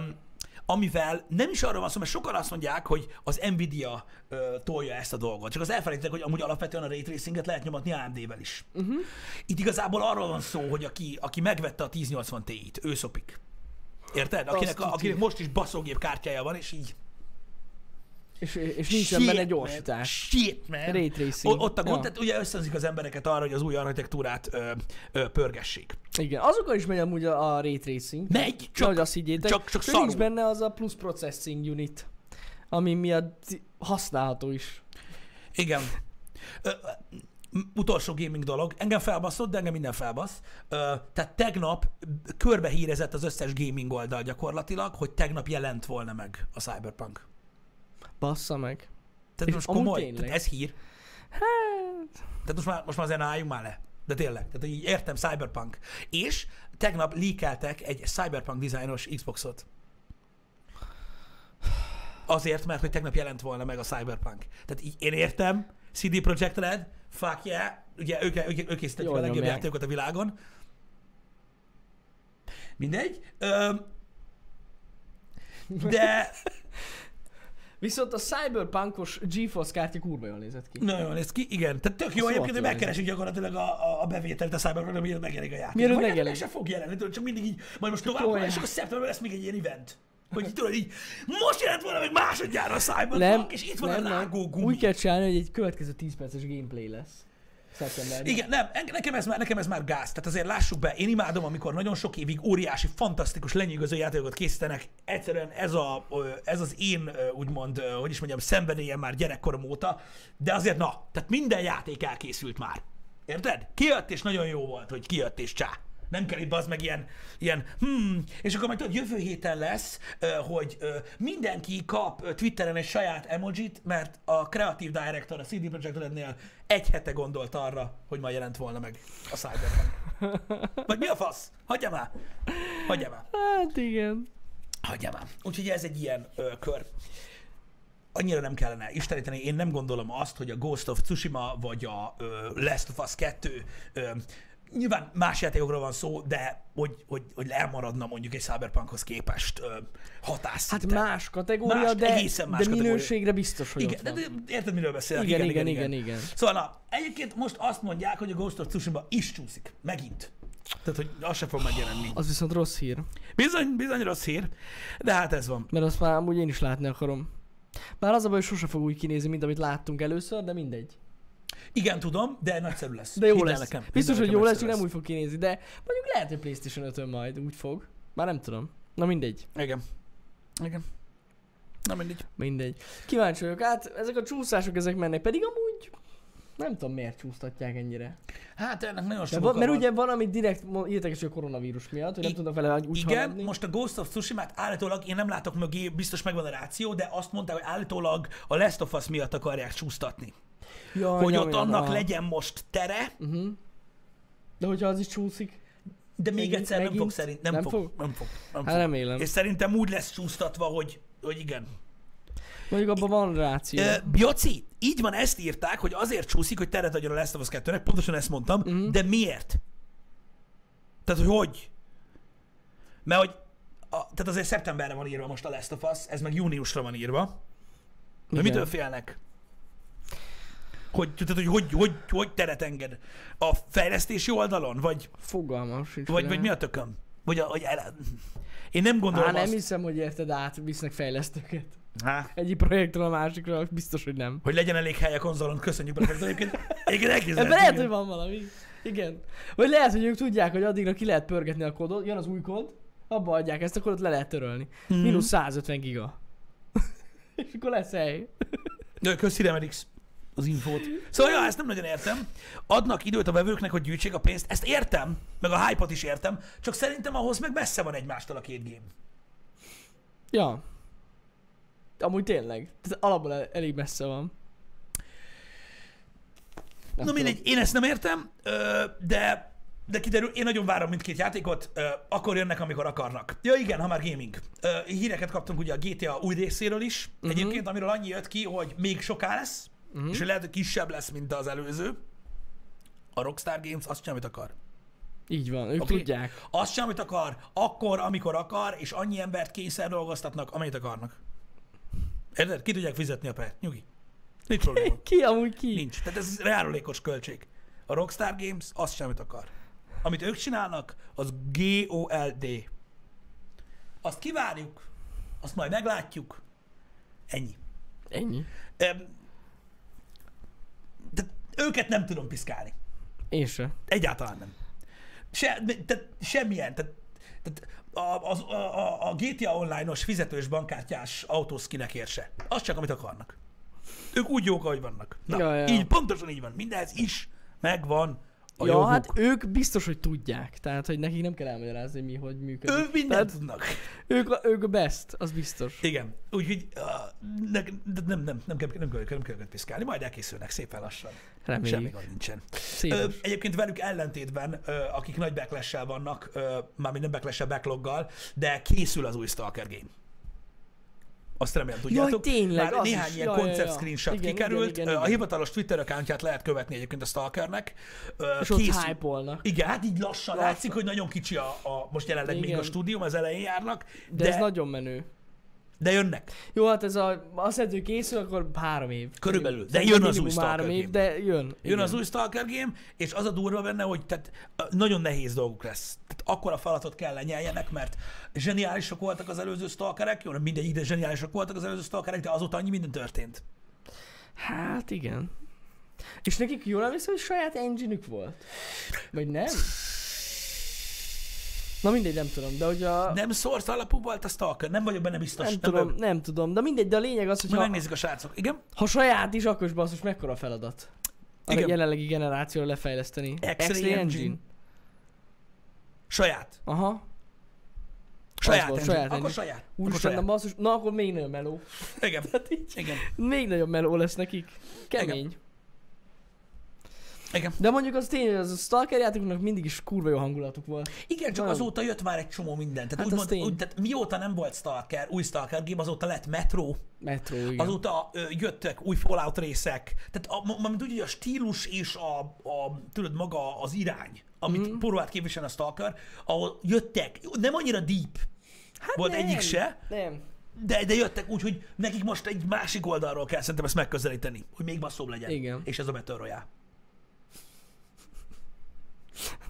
amivel nem is arról van szó, mert sokan azt mondják, hogy az Nvidia ö, tolja ezt a dolgot. Csak az elfelejtettek, hogy amúgy alapvetően a ray tracinget lehet nyomatni AMD-vel is. Uh-huh. Itt igazából arról van szó, hogy aki, aki megvette a 1080 Ti-t, ő szopik. Érted? Akinek, tudjuk. akinek most is baszógép kártyája van, és így... És, és nincs Shit, benne man. gyorsítás. Shit, man. Ray tracing. O- Ott a gond, Ja. tehát ugye ösztönzik az embereket arra, hogy az új architektúrát ö, ö, pörgessék. Igen, azokon is megy amúgy a, a ray tracing. Megy, Csak, csak, Nagy azt higgyétek. csak- csak nincs szarul. benne az a plusz processing unit, ami miatt használható is. igen. Ö, ö, m- utolsó gaming dolog. Engem felbaszott, de engem minden felbasz. Ö, tehát tegnap körbehírezett az összes gaming oldal gyakorlatilag, hogy tegnap jelent volna meg a Cyberpunk. Bassza meg. Tehát És most amúgy komoly, tényleg. Hát. tehát ez hír. Tehát most már, most már azért álljunk már le. De tényleg, tehát így értem, Cyberpunk. És tegnap leakeltek egy Cyberpunk dizájnos Xboxot. Azért, mert hogy tegnap jelent volna meg a Cyberpunk. Tehát így én értem, CD Projekt Red, fuck yeah, ugye ők, ők, ők készítették Jól a legjobb nyomják. játékokat a világon. Mindegy. Öm, de Viszont a cyberpunkos GeForce kártya kurva jól nézett ki. nagyon jól néz ki, igen. Tehát tök jó Szóval egyébként, hogy tényleg. megkeresünk gyakorlatilag a, a, a bevételt a Cyberpunk, amiért megjelenik a játék. Mielőtt Vagy hát megjelenik. meg se fog jelenni, tudod, csak mindig így, majd most tovább, Tolják. és akkor szeptemberben lesz még egy ilyen event. Hogy így, tudod, így, most jelent volna meg másodjára a Cyberpunk, Nem, és itt van nem, a nem. rágó gumi. Úgy kell csinálni, hogy egy következő 10 perces gameplay lesz. Szeptemberben. Igen, nem, enge- nekem ez, már, nekem ez már gáz. Tehát azért lássuk be, én imádom, amikor nagyon sok évig óriási, fantasztikus, lenyűgöző játékokat készítenek. Egyszerűen ez, a, ö, ez az én, ö, úgymond, ö, hogy is mondjam, szenvedélyem már gyerekkorom óta, de azért na, tehát minden játék elkészült már. Érted? Kijött és nagyon jó volt, hogy kijött és csá. Nem kell itt az meg ilyen, ilyen hmm, és akkor majd tudod, jövő héten lesz, ö, hogy ö, mindenki kap ö, Twitteren egy saját emojit, mert a kreatív director a CD Projekt Rednél egy hete gondolt arra, hogy ma jelent volna meg a Cyberpunk. Vagy mi a fasz? Hagyja már! Hagyja már! Hát igen. Hagyja már. Úgyhogy ez egy ilyen ö, kör. Annyira nem kellene isteníteni. Én nem gondolom azt, hogy a Ghost of Tsushima vagy a ö, Last of Us 2 ö, nyilván más játékokról van szó, de hogy, hogy, hogy elmaradna mondjuk egy Cyberpunkhoz képest ö, hatásszinten. Hát más kategória, Más, de, egészen más de kategória. minőségre biztos, hogy igen, ott de, van. de érted, miről beszélek? Igen, igen, igen, igen. Szóval na, egyébként most azt mondják, hogy a Ghost of Tsushima is csúszik. Megint. Tehát, hogy az se fog megjelenni. Az viszont rossz hír. Bizony, bizony rossz hír, de hát ez van. Mert azt már amúgy én is látni akarom. Bár az a baj, hogy sose fog úgy kinézni, mint amit láttunk először, de mindegy. Igen, tudom, de nagyszerű lesz. De jó Hidd el lesz. nekem, hidd Biztos, el hogy nekem, jó lesz, nagyszerű csak nem úgy fog kinézni, de mondjuk lehet, hogy PlayStation 5 majd úgy fog. Már nem tudom. Na mindegy. Igen. Igen. Na mindegy. Mindegy. Kíváncsi vagyok, hát ezek a csúszások, ezek mennek, pedig amúgy nem tudom miért csúsztatják ennyire. Hát ennek nagyon De sok van, oka mert van. ugye valami direkt mo- írtak is, hogy a koronavírus miatt, hogy nem I- tudnak vele úgy Igen, haladni. most a Ghost of Tsushima-t állítólag, én nem látok mögé, biztos megvan a ráció, de azt mondták, hogy állítólag a Last of Us miatt akarják csúsztatni. ja, hogy ja, ott ja, annak aha. Mhm. legyen most tere, De hogyha az is csúszik, Hát de még Megint- egyszer nem fog megint? szerint, nem, Nem fog, fog? nem fog, nem hát fog. remélem. És szerintem úgy lesz csúsztatva, hogy, hogy igen. Mondjuk abban van ráció. Ö, Bioci, így van, ezt írták, hogy azért csúszik, hogy teret adjon a Last of Us 2-nek, pontosan ezt mondtam, Mhm. mm. de miért? Tehát, hogy hogy? Mert hogy, a, tehát azért szeptemberre van írva most a Last of Us, ez meg júniusra van írva. De Igen. mitől félnek? Hogy, tehát, hogy, hogy, hogy, hogy teret enged? A fejlesztési oldalon? Vagy, Fogalmam sincs. vagy, rá. vagy mi a tököm? Vagy a, hogy el, én nem gondolom Á, nem azt. hiszem, hogy érted át, visznek fejlesztőket. Há. Egyik projektről a másikra, biztos, hogy nem. Hogy legyen elég hely a konzolon, köszönjük be. Egyébként, egyébként elképzelhető, Ebben lehet, igen. hogy van valami. Igen. Vagy lehet, hogy ők tudják, hogy addigra ki lehet pörgetni a kódot, jön az új kód, abba adják ezt, akkor ott le lehet törölni. Mm. Mhm. Hmm. Mínusz 150 giga. És akkor lesz hely. Ö, Köszi Remerix az infót. Szóval, ja, ezt nem nagyon értem. Adnak időt a vevőknek, hogy gyűjtsék a pénzt. Ezt értem, meg a hype is értem, csak szerintem ahhoz meg messze van egymástól a két game. Ja. Amúgy tényleg. Ez alapból el- elég messze van. Na mindegy, én ezt nem értem, ö, de de kiderül, én nagyon várom mindkét játékot, ö, akkor jönnek, amikor akarnak. Ja igen, ha már gaming. Ö, híreket kaptunk ugye a GTA új részéről is, uh-huh. egyébként, amiről annyi jött ki, hogy még soká lesz, uh-huh. és hogy lehet, hogy kisebb lesz, mint az előző. A Rockstar Games azt csinál, amit akar. Így van, ők Oké. okay. tudják. Azt sem, amit akar, akkor, amikor akar, és annyi embert kényszer dolgoztatnak, amennyit akarnak. Érted? Ki tudják fizetni a pert? Nyugi. Nincs probléma. Ki amúgy ki? Nincs. Tehát ez járulékos költség. A Rockstar Games azt sem, amit akar. Amit ők csinálnak, az G-O-L-D. Azt kivárjuk, azt majd meglátjuk. Ennyi. Ennyi. Öm, de őket nem tudom piszkálni. Én se. Egyáltalán nem. Se, tehát semmilyen. Tehát, tehát a, az, a, a, a GTA Online-os fizetős bankkártyás autószkinek érse. Az csak, amit akarnak. Ők úgy jók, ahogy vannak. Na, ja, Ja, ja. ja. így pontosan így van. Mindez is megvan a ja, joguk. hát ők biztos, hogy tudják. Tehát, hogy nekik nem kell elmagyarázni, mi, hogy működik. ők mindent Tehát tudnak. ők, a, ők a best, az biztos. Igen. Úgyhogy uh, ne, de nem, nem, nem, kell, nem, kell, nem kell őket piszkálni. Majd elkészülnek szépen lassan. Semmi Reméljük. gond nincsen. Ö, Szép. egyébként velük ellentétben, ö, akik nagy backlash vannak, ö, mármint nem backlash backloggal, de készül az új Stalker game. Azt remélem tudjátok. tényleg, Már az néhány is. ilyen Ja, ja, koncept ja. screenshot Igen, kikerült. igen, Ö, igen, A igen. hivatalos Twitter accountját lehet követni egyébként a Stalkernek. Ö, És ott hype-olnak. Igen, hát így lassan Lassan. látszik, hogy nagyon kicsi a, a most jelenleg még a Igen. stúdium, az elején járnak, De, de, de ez de, nagyon menő. jönnek. Jó, hát ez a, azt hiszem, hogy készül, akkor három év. Körülbelül. De Szerintem jön az minimum új három Stalker év, de jön. Jön Jön az új Stalker game, és az a durva benne, hogy tehát ö, nagyon nehéz dolguk lesz. Tehát akkora feladatot kell lenyeljenek, mert zseniálisak voltak az előző Stalkerek, jó, nem mindegy, de zseniálisak voltak az előző Stalkerek, de azóta annyi minden történt. Hát igen. És nekik jól emlékszem, hogy saját engine volt. Vagy nem? Na mindegy, nem tudom, de hogy a... Nem source alapú volt a Stalker, nem vagyok benne biztos. nem tudom, vagyok- nem tudom, de mindegy, de a lényeg az, hogy Majd ha, megnézzük a srácok. Igen? ha saját is, akkor is basszus, mekkora feladat. Igen. Igen. A jelenlegi generációra lefejleszteni. X-Ray Engine. Saját. Aha. Saját. volt, engine. saját Akkor engine. saját. Akkor Úristen, de saját. basszus, na akkor még nagyon meló. Igen. Tehát így, Igen. még nagyon meló lesz nekik. Kemény. Igen. De mondjuk az tény, hogy az a Stalker játékoknak mindig is kurva jó hangulatuk volt. Igen, csak Nagyon. azóta jött már egy csomó minden. Tehát, Hát hát az úgymond, tény. úgy, tehát mióta nem volt Stalker, új Stalker game, azóta lett Metro, Metro, igen. Azóta ö, jöttek új Fallout részek, tehát a, ma- mint úgy, hogy a stílus és a, a tudod, maga az irány, amit mm. próbált képviselni a Stalker, ahol jöttek, nem annyira deep hát volt nem. egyik se, Nem. de, de jöttek úgy, hogy nekik most egy másik oldalról kell szerintem ezt megközelíteni, hogy még basszóbb legyen. Igen. És ez a Battle Royale.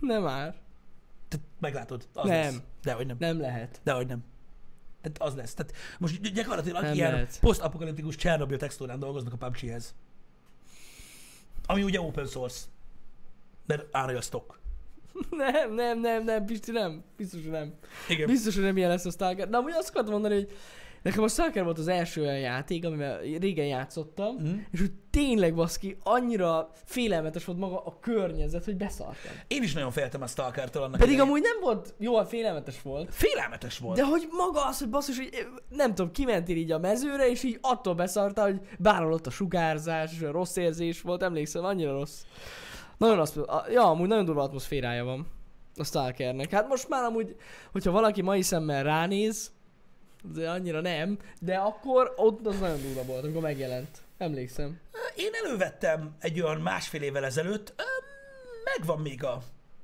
Nem már. Tehát meglátod, az Nem. lesz. Dehogy nem. Nem lehet. Dehogy nem. Tehát az lesz. Tehát most gy- gyakorlatilag Nem ilyen lehet. posztapokaliptikus Csernobyl textúrán dolgoznak a PUBG-hez. Ami ugye open source. Mert Unreal Stock. Nem, nem, nem, nem, Pisti, nem. Biztos, hogy nem. Igen. Biztos, hogy nem ilyen lesz a Stalker. De amúgy azt akartam mondani, hogy Nekem a Stalker volt az első olyan játék, amivel régen játszottam, mm. és úgy tényleg baszki, annyira félelmetes volt maga a környezet, hogy beszartam. Én is nagyon féltem a Stalker-től annak Pedig idején. amúgy nem volt jól félelmetes volt, Félelmetes volt. de hogy maga az, hogy basszus, hogy eh, nem tudom, kimentél így a mezőre, és így attól beszartál, hogy bárhol ott a sugárzás, és olyan rossz érzés volt, emlékszem, annyira rossz. Nagyon azt, a- ja, amúgy nagyon durva atmoszférája van a Stalkernek. Hát most már amúgy, hogyha valaki mai szemmel ránéz, de annyira nem, de akkor ott az nagyon durva volt, amikor megjelent. Emlékszem. Én elővettem egy olyan másfél évvel ezelőtt, öm, megvan még a,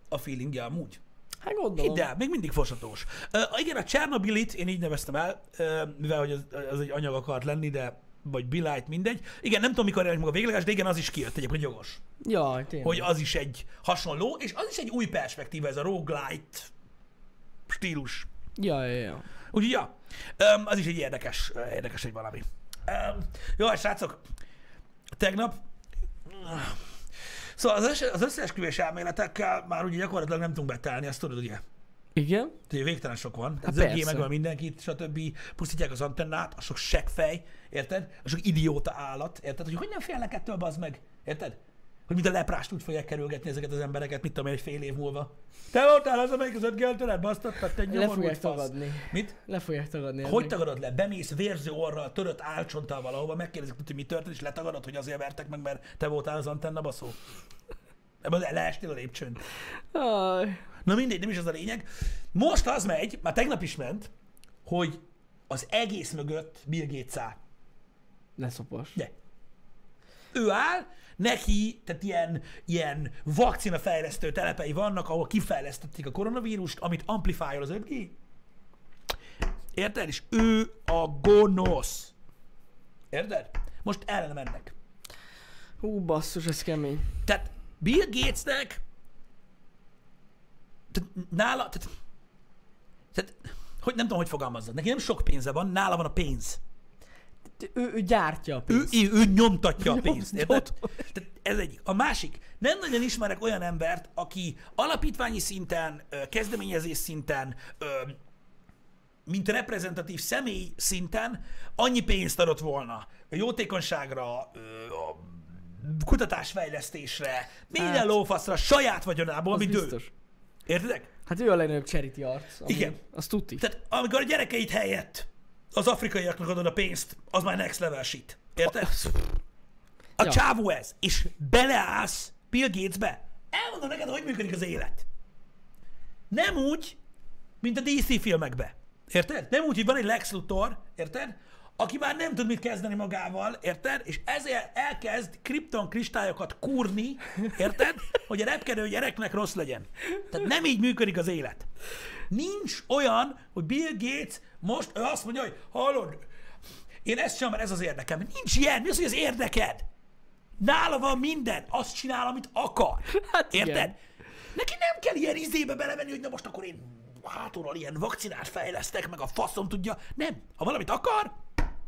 a feelingje amúgy. Hát gondolom. Hidd el, még mindig fosatós. Uh, igen, a Csernobilit én így neveztem el, uh, mivel hogy az, az egy anyag akart lenni, de vagy Bilight, mindegy. Igen, nem tudom, mikor jelenik meg a végleges, de igen, az is kijött egyébként jogos. Jaj, tényleg. Hogy az is egy hasonló, és az is egy új perspektíva, ez a roguelite stílus. Ja, ja, ja. Úgyhogy, ja, öm, az is egy érdekes, ö, érdekes egy valami. Öm, Jó, hát srácok, tegnap... Szóval az, össze- az összeesküvés elméletekkel már ugye gyakorlatilag nem tudunk betelni, azt tudod ugye? Igen? Ugye végtelen sok van. Hát Hát Zögé persze. meg van mindenkit, stb. Pusztítják az antennát, a sok seggfej, érted? A sok idióta állat, érted? Hogy hogy nem félnek ettől, bazd meg, érted? Hogy mint a leprást úgy fogják kerülgetni ezeket az embereket, mit tudom én, egy fél év múlva. Te voltál az, amelyik az ötgeltőlet, basztattad, te Le nyomorult fogják fasz. tagadni. Mit? Le fogják tagadni. Hogy ennek. tagadod le? Bemész vérző orral, törött álcsonttal valahova, megkérdezik, hogy mi történt, és letagadod, hogy azért vertek meg, mert te voltál az antenna baszó. Ebben leestél a lépcsőn. Aj. Na mindegy, nem is az a lényeg. Most az megy, már tegnap is ment, hogy az egész mögött Bill Gates áll. Leszopos. De. Ő áll, neki, tehát ilyen, ilyen vakcinafejlesztő telepei vannak, ahol kifejlesztették a koronavírust, amit amplifájol az 5G. Érted? És ő a gonosz. Érted? Most ellen mennek. Hú, basszus, ez kemény. Tehát Bill Gatesnek tehát nála, tehát, tehát hogy nem tudom, hogy fogalmazzad. Neki nem sok pénze van, nála van a pénz. Ő, ő gyártja a Ő, pénzt. ő, ő nyomtatja a pénzt, érted? Nyomtat. Tehát ez egyik. A másik, nem nagyon ismerek olyan embert, aki alapítványi szinten, ö, kezdeményezés szinten, ö, mint reprezentatív személy szinten annyi pénzt adott volna a jótékonyságra, ö, a kutatásfejlesztésre, minden Hát, lófaszra, saját vagyonából, Az mint ő. biztos. Értedek? Hát ő a legnagyobb charity arc. Ami, Igen. Az tuti. Tehát amikor a gyerekeid helyett az afrikaiaknak adod a pénzt, az már next level shit. Érted? A Ja. csávó ez. És beleállsz Bill Gatesbe. Elmondom neked, hogy működik az élet. Nem úgy, mint a DC filmekbe. Érted? Nem úgy, hogy van egy Lex Luthor, érted? Aki már nem tud mit kezdeni magával, érted? És ezért elkezd kripton kristályokat kúrni, érted? Hogy a repkedő gyereknek rossz legyen. Tehát nem így működik az élet. Nincs olyan, hogy Bill Gates most ő azt mondja, hogy hallod, én ezt csinálom, mert ez az érdekem. Nincs ilyen, mi az, hogy az érdeked? Nála van minden, azt csinál, amit akar. Hát igen. Érted? Neki nem kell ilyen izébe belemenni, hogy na most akkor én hátulról ilyen vakcinát fejlesztek, meg a faszom tudja. Nem. Ha valamit akar,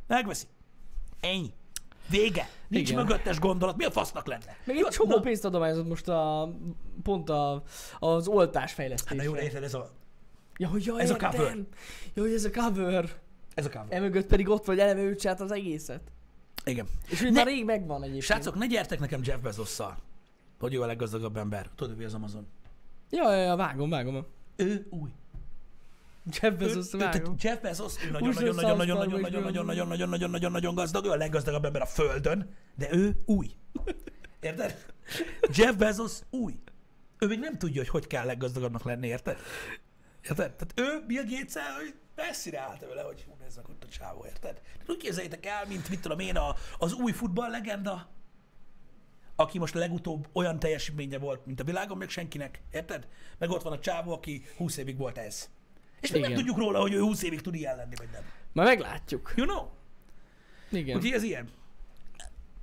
megveszi. Ennyi. Vége. Nincs Igen. Igen. mögöttes gondolat. Mi a fasznak lenne? Meg Jó, egy csomó na- pénzt adományozott most a, pont a, az oltás fejlesztésre. Na jó, Hát de érted, ez a, ja, hogy ja, ez a értem. cover. Ja, hogy ez a cover. ez a cover. Emögött pedig ott vagy, eleve ő csinált az egészet. Igen. És hogy Ne- már rég megvan egyébként. Srácok, ne gyertek nekem Jeff Bezosszal, hogy ő a leggazdagabb ember. Tudod, hogy az Amazon. Ja, ja, ja, vágom, vágom. Ő új. Jeff Bezos, Ő- ő- tehát vágom. Jeff Bezos ő Úgy nagyon sem nagyon nagyon százszor, nagyon hogy nagyon ő- nagyon nagyon nagyon nagyon nagyon nagyon gazdag, ő a leggazdagabb ember a földön, de ő új. Érted? Jeff Bezos új. Ő még nem tudja, hogy hogy kell leggazdagabbnak lenni, érted? Érted? Tehát ő Bill gates hogy messzire állt vele, hogy hú, ez ott a csávó, érted? Tehát úgy képzeljétek el, mint mit tudom én, a, az új futball legenda, aki most legutóbb olyan teljesítménye volt, mint a világon még senkinek, érted? Meg ott van a csávó, aki 20 évig volt ez. És még nem Igen. tudjuk róla, hogy ő 20 évig tud ilyen lenni, vagy nem. Már meglátjuk. You know? Igen. Úgyhogy ez ilyen.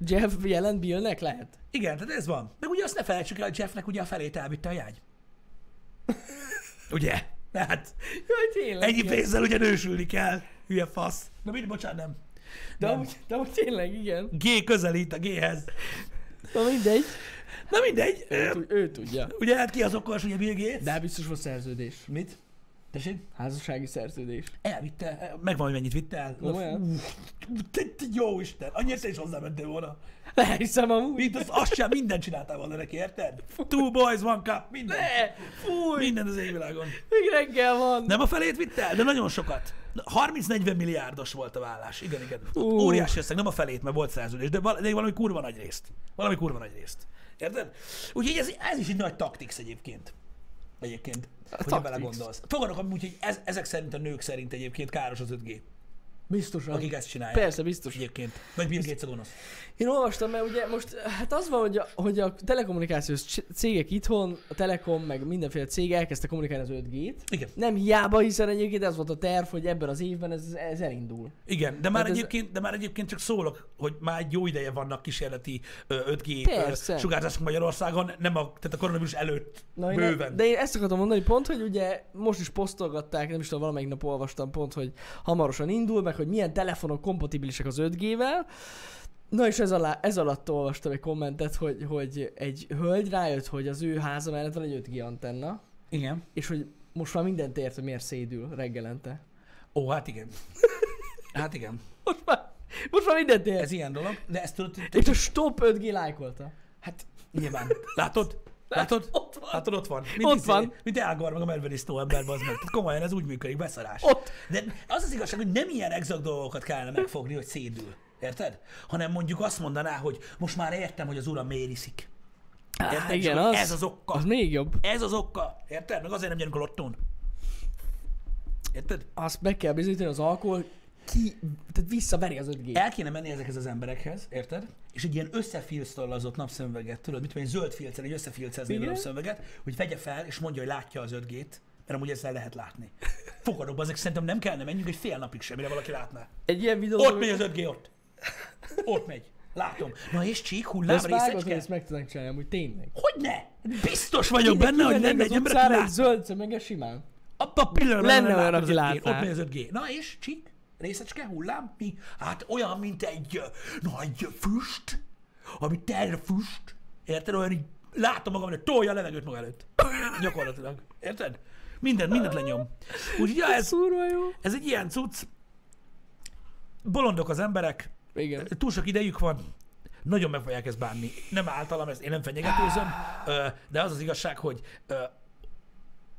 Jeff jelent Billnek lehet? Igen, tehát ez van. Meg ugye azt ne felejtsük el, hogy Jeffnek ugye a felét elvitte a jágy. ugye? Hát, Jaj, tényleg. ennyi igen. pénzzel ugye nősülni kell. Hülye fasz. Na mindig, bocsánat, nem. De Nem. amúgy, de amúgy tényleg, igen. G közelít a G-hez. Na mindegy. Na mindegy. Ő, ő tudja. Ugye hát ki az okos, ugye Bill Gates? De biztos volt szerződés. Mit? Tessék? Házassági szerződés. Elvitte, megvan, hogy mennyit vitte el. Komolyan? Uff, te- te Jó Isten, annyira te is hozzámentél volna. Lehiszem amúgy. Mint az, azt sem mindent csináltál volna neki, érted? Two boys, one cup, minden. Ne! Fúj! Minden az égvilágon. Még reggel van. Nem a felét vitte el, de nagyon sokat. 30-40 milliárdos volt a vállás. Igen, igen. Ú. Óriási összeg, nem a felét, mert volt szerződés, de, val- de valami kurva nagy részt. Valami kurva nagy részt. Érted? Úgyhogy ez, ez is egy nagy taktiks egyébként. Egyébként. Hogyha taktics. belegondolsz. Fogadok amúgy, hogy ez, ezek szerint a nők szerint egyébként káros az 5G, Biztosan. akik ezt csinálják. Persze, biztos. Egyébként. Vagy Bill Gates a gonosz. Én olvastam, mert ugye most hát az van, hogy a, hogy a telekommunikációs c- cégek itthon, a Telekom, meg mindenféle cég elkezdte kommunikálni az 5G-t. Igen. Nem hiába, hiszen egyébként ez volt a terv, hogy ebben az évben ez, ez elindul. Igen, de már, Tehát ez- egyébként, de már egyébként csak szólok, hogy már egy jó ideje vannak kísérleti ö, 5G Persze. ö, sugárzások Magyarországon, nem a, tehát a koronavírus előtt Na, én e- bőven. de én ezt akartam mondani, pont, hogy ugye most is posztolgatták, nem is tudom, valamelyik nap olvastam pont, hogy hamarosan indul, meg hogy milyen telefonok kompatibilisek az 5G-vel. Na és ez, alá, ez alatt olvastam egy kommentet, hogy, hogy egy hölgy rájött, hogy az ő háza mellett van egy 5G antenna, Igen. és hogy most már mindent ért, hogy miért szédül reggelente. Ó, hát igen. Hát igen. Most már, most már mindent ért. Ez ilyen dolog, de ezt tudod, hogy- és a stop 5G lájkolta. hát nyilván. Látod? Látod? Ott van. Látod, ott van. Ott izé- van. Mint elgar meg a medvedisztó emberbe az meg. Tehát komolyan ez úgy működik, beszarás. Ott. De az az igazság, hogy nem ilyen exakt dolgokat kellene megfogni, hogy szédül. Érted? Hanem mondjuk azt mondaná, hogy most már értem, hogy az uram miért iszik. Érted? És hát igen, akkor az- ez az oka. Az még jobb. Ez az oka, érted? Meg azért nem gyerünk a lottón. Érted? Azt meg kell bizonyítani, az alkohol ki, tehát visszaveri az 5G. El kéne menni ezekhez az emberekhez, érted? És egy ilyen összefilctollazott napszemüveget, tudod, mit tudom én, zöld filcen, egy összefilcezni a Igen. napszemüveget, hogy vegye fel, és mondja, hogy látja az 5G-t, mert amúgy ezzel lehet látni. Fogadok, azok szerintem nem kellene menjünk egy fél napig sem, mire valaki látná. Egy ilyen videó... Ott megy az 5G, ott. Ott megy. Látom. Na és csík, hullám ezt vágod, hogy részecske? ezt meg tudnánk csinálni, amúgy tényleg. Hogy ne? Biztos vagyok benne, hogy lenne egy ember, aki ember egy látná. zöld szömeges simán. Abba a pillanatban Lenne nem olyan, látod aki az 5G-t. látná. Ott megy az 5G. Na és, csík, részecske, hullám, mi? Hát olyan, mint egy ö, nagy füst, ami terre füst, érted? Olyan, így látom magam, hogy tolja a levegőt maga előtt. Gyakorlatilag. Érted? Minden, mindent lenyom. Úgyhogy ja, ez, Szúrva jó. ez egy ilyen cucc. Bolondok az emberek, Igen. túl sok idejük van, nagyon meg fogják ezt bánni. Nem általam, ezt én nem fenyegetőzöm, ö, de az az igazság, hogy ö,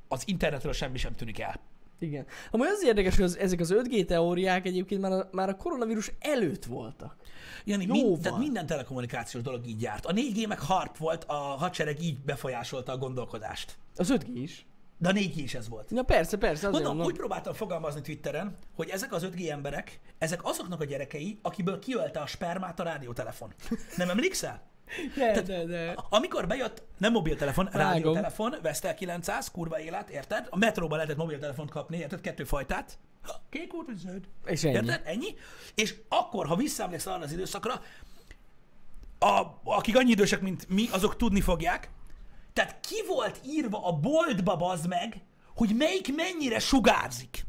az internetről semmi sem tűnik el. Igen. Amúgy az érdekes, hogy az, ezek az 5G teóriák egyébként már a, már a koronavírus előtt voltak. Jani, Jó mind, van. tehát minden telekommunikációs dolog így járt. A 4G meg harp volt, a hadsereg így befolyásolta a gondolkodást. Az 5G is. De a 4G is ez volt. Na persze, persze, azért Mondom, mondom. úgy próbáltam fogalmazni Twitteren, hogy ezek az 5G emberek, ezek azoknak a gyerekei, akiből kiölte a spermát a rádiótelefon. Nem emlékszel? De, de, de. Amikor bejött, nem mobiltelefon, Vágom. rádiótelefon, Vestel 900, kurva élet, érted? A metróban lehetett mobiltelefont kapni, érted? Kettő fajtát. Ha, Kék út, vagy zöld. És ennyi. Érted? Ennyi. És akkor, ha visszaemlékszel arra az időszakra, a, akik annyi idősek, mint mi, azok tudni fogják. Tehát ki volt írva a boltba, bazd meg, hogy melyik mennyire sugárzik.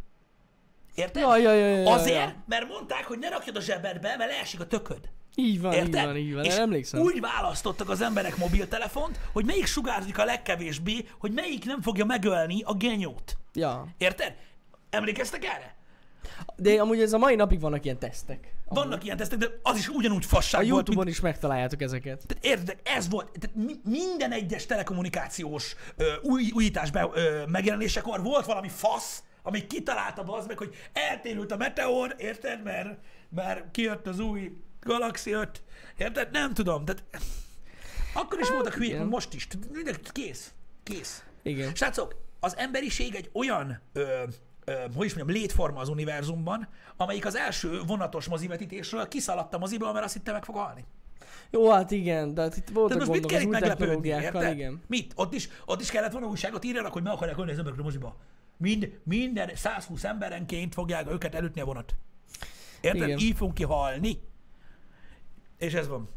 Érted? Jaj, jaj, jaj, jaj, jaj. Azért, mert mondták, hogy ne rakjad a zsebedbe, mert leesik a tököd. Így van, Érted? így van, így van. És Erre emlékszem. úgy választottak az emberek mobiltelefont, hogy melyik sugárzik a legkevésbé, hogy melyik nem fogja megölni a genyót. Ja. Érted? Emlékeztek erre? De amúgy ez a mai napig vannak ilyen tesztek. Vannak ilyen tesztek, de az is ugyanúgy A fasság volt, mint Youtube-on is megtaláljátok ezeket. Tehát érted, ez volt, tehát mi, minden egyes telekommunikációs ö, új, újítás be, ö, megjelenésekor volt valami fasz, ami kitalálta az meg, hogy eltérült a meteor, érted, mert, mert kijött az új Galaxy 5, érted, nem tudom, tehát akkor is voltak hülyék, igen. most is, Tehát minden kész, kész. Igen. Srácok, az emberiség egy olyan, ö, ö, hogy is mondjam, létforma az univerzumban, amelyik az első vonatos mozivetítésről kiszaladt a moziból, mert azt hitte meg fog halni. Jó, hát igen, de hát itt voltak Tehát most gondok mit kell az új itt meglepődni, technológiákkal, érted? igen. Mit? Ott is, ott is kellett volna újságot írjanak, hogy meg akarják ölni az emberekre moziba. Mind, minden 120 emberenként fogják őket elütni a vonat. Érted? Igen. Így fogunk kihalni. És ez van.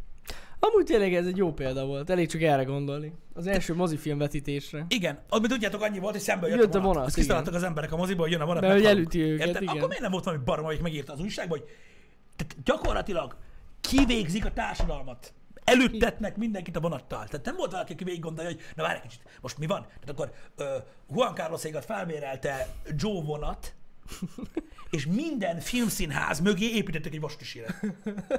Amúgy tényleg ez egy jó példa volt, elég csak erre gondolni. Az első mozifilm vetítésre. Igen, amit tudjátok, annyi volt, hogy szembe jött, Jött a a vonat. vonat, Azt kitaláltak az emberek a moziból, jön a vonat. Mert hogy meghalunk. elüti őket, Érted? igen. Akkor miért nem volt valami barom, amelyik megírta az újságban, hogy tehát gyakorlatilag kivégzik a társadalmat. elüttetnek mindenkit a vonattal. Tehát nem volt valaki, aki végig gondolja, hogy na várj egy kicsit, most mi van? Tehát akkor ö, Juan Carlos Égat felmérelte Joe vonat, és minden filmszínház mögé építettek egy vasúti síret.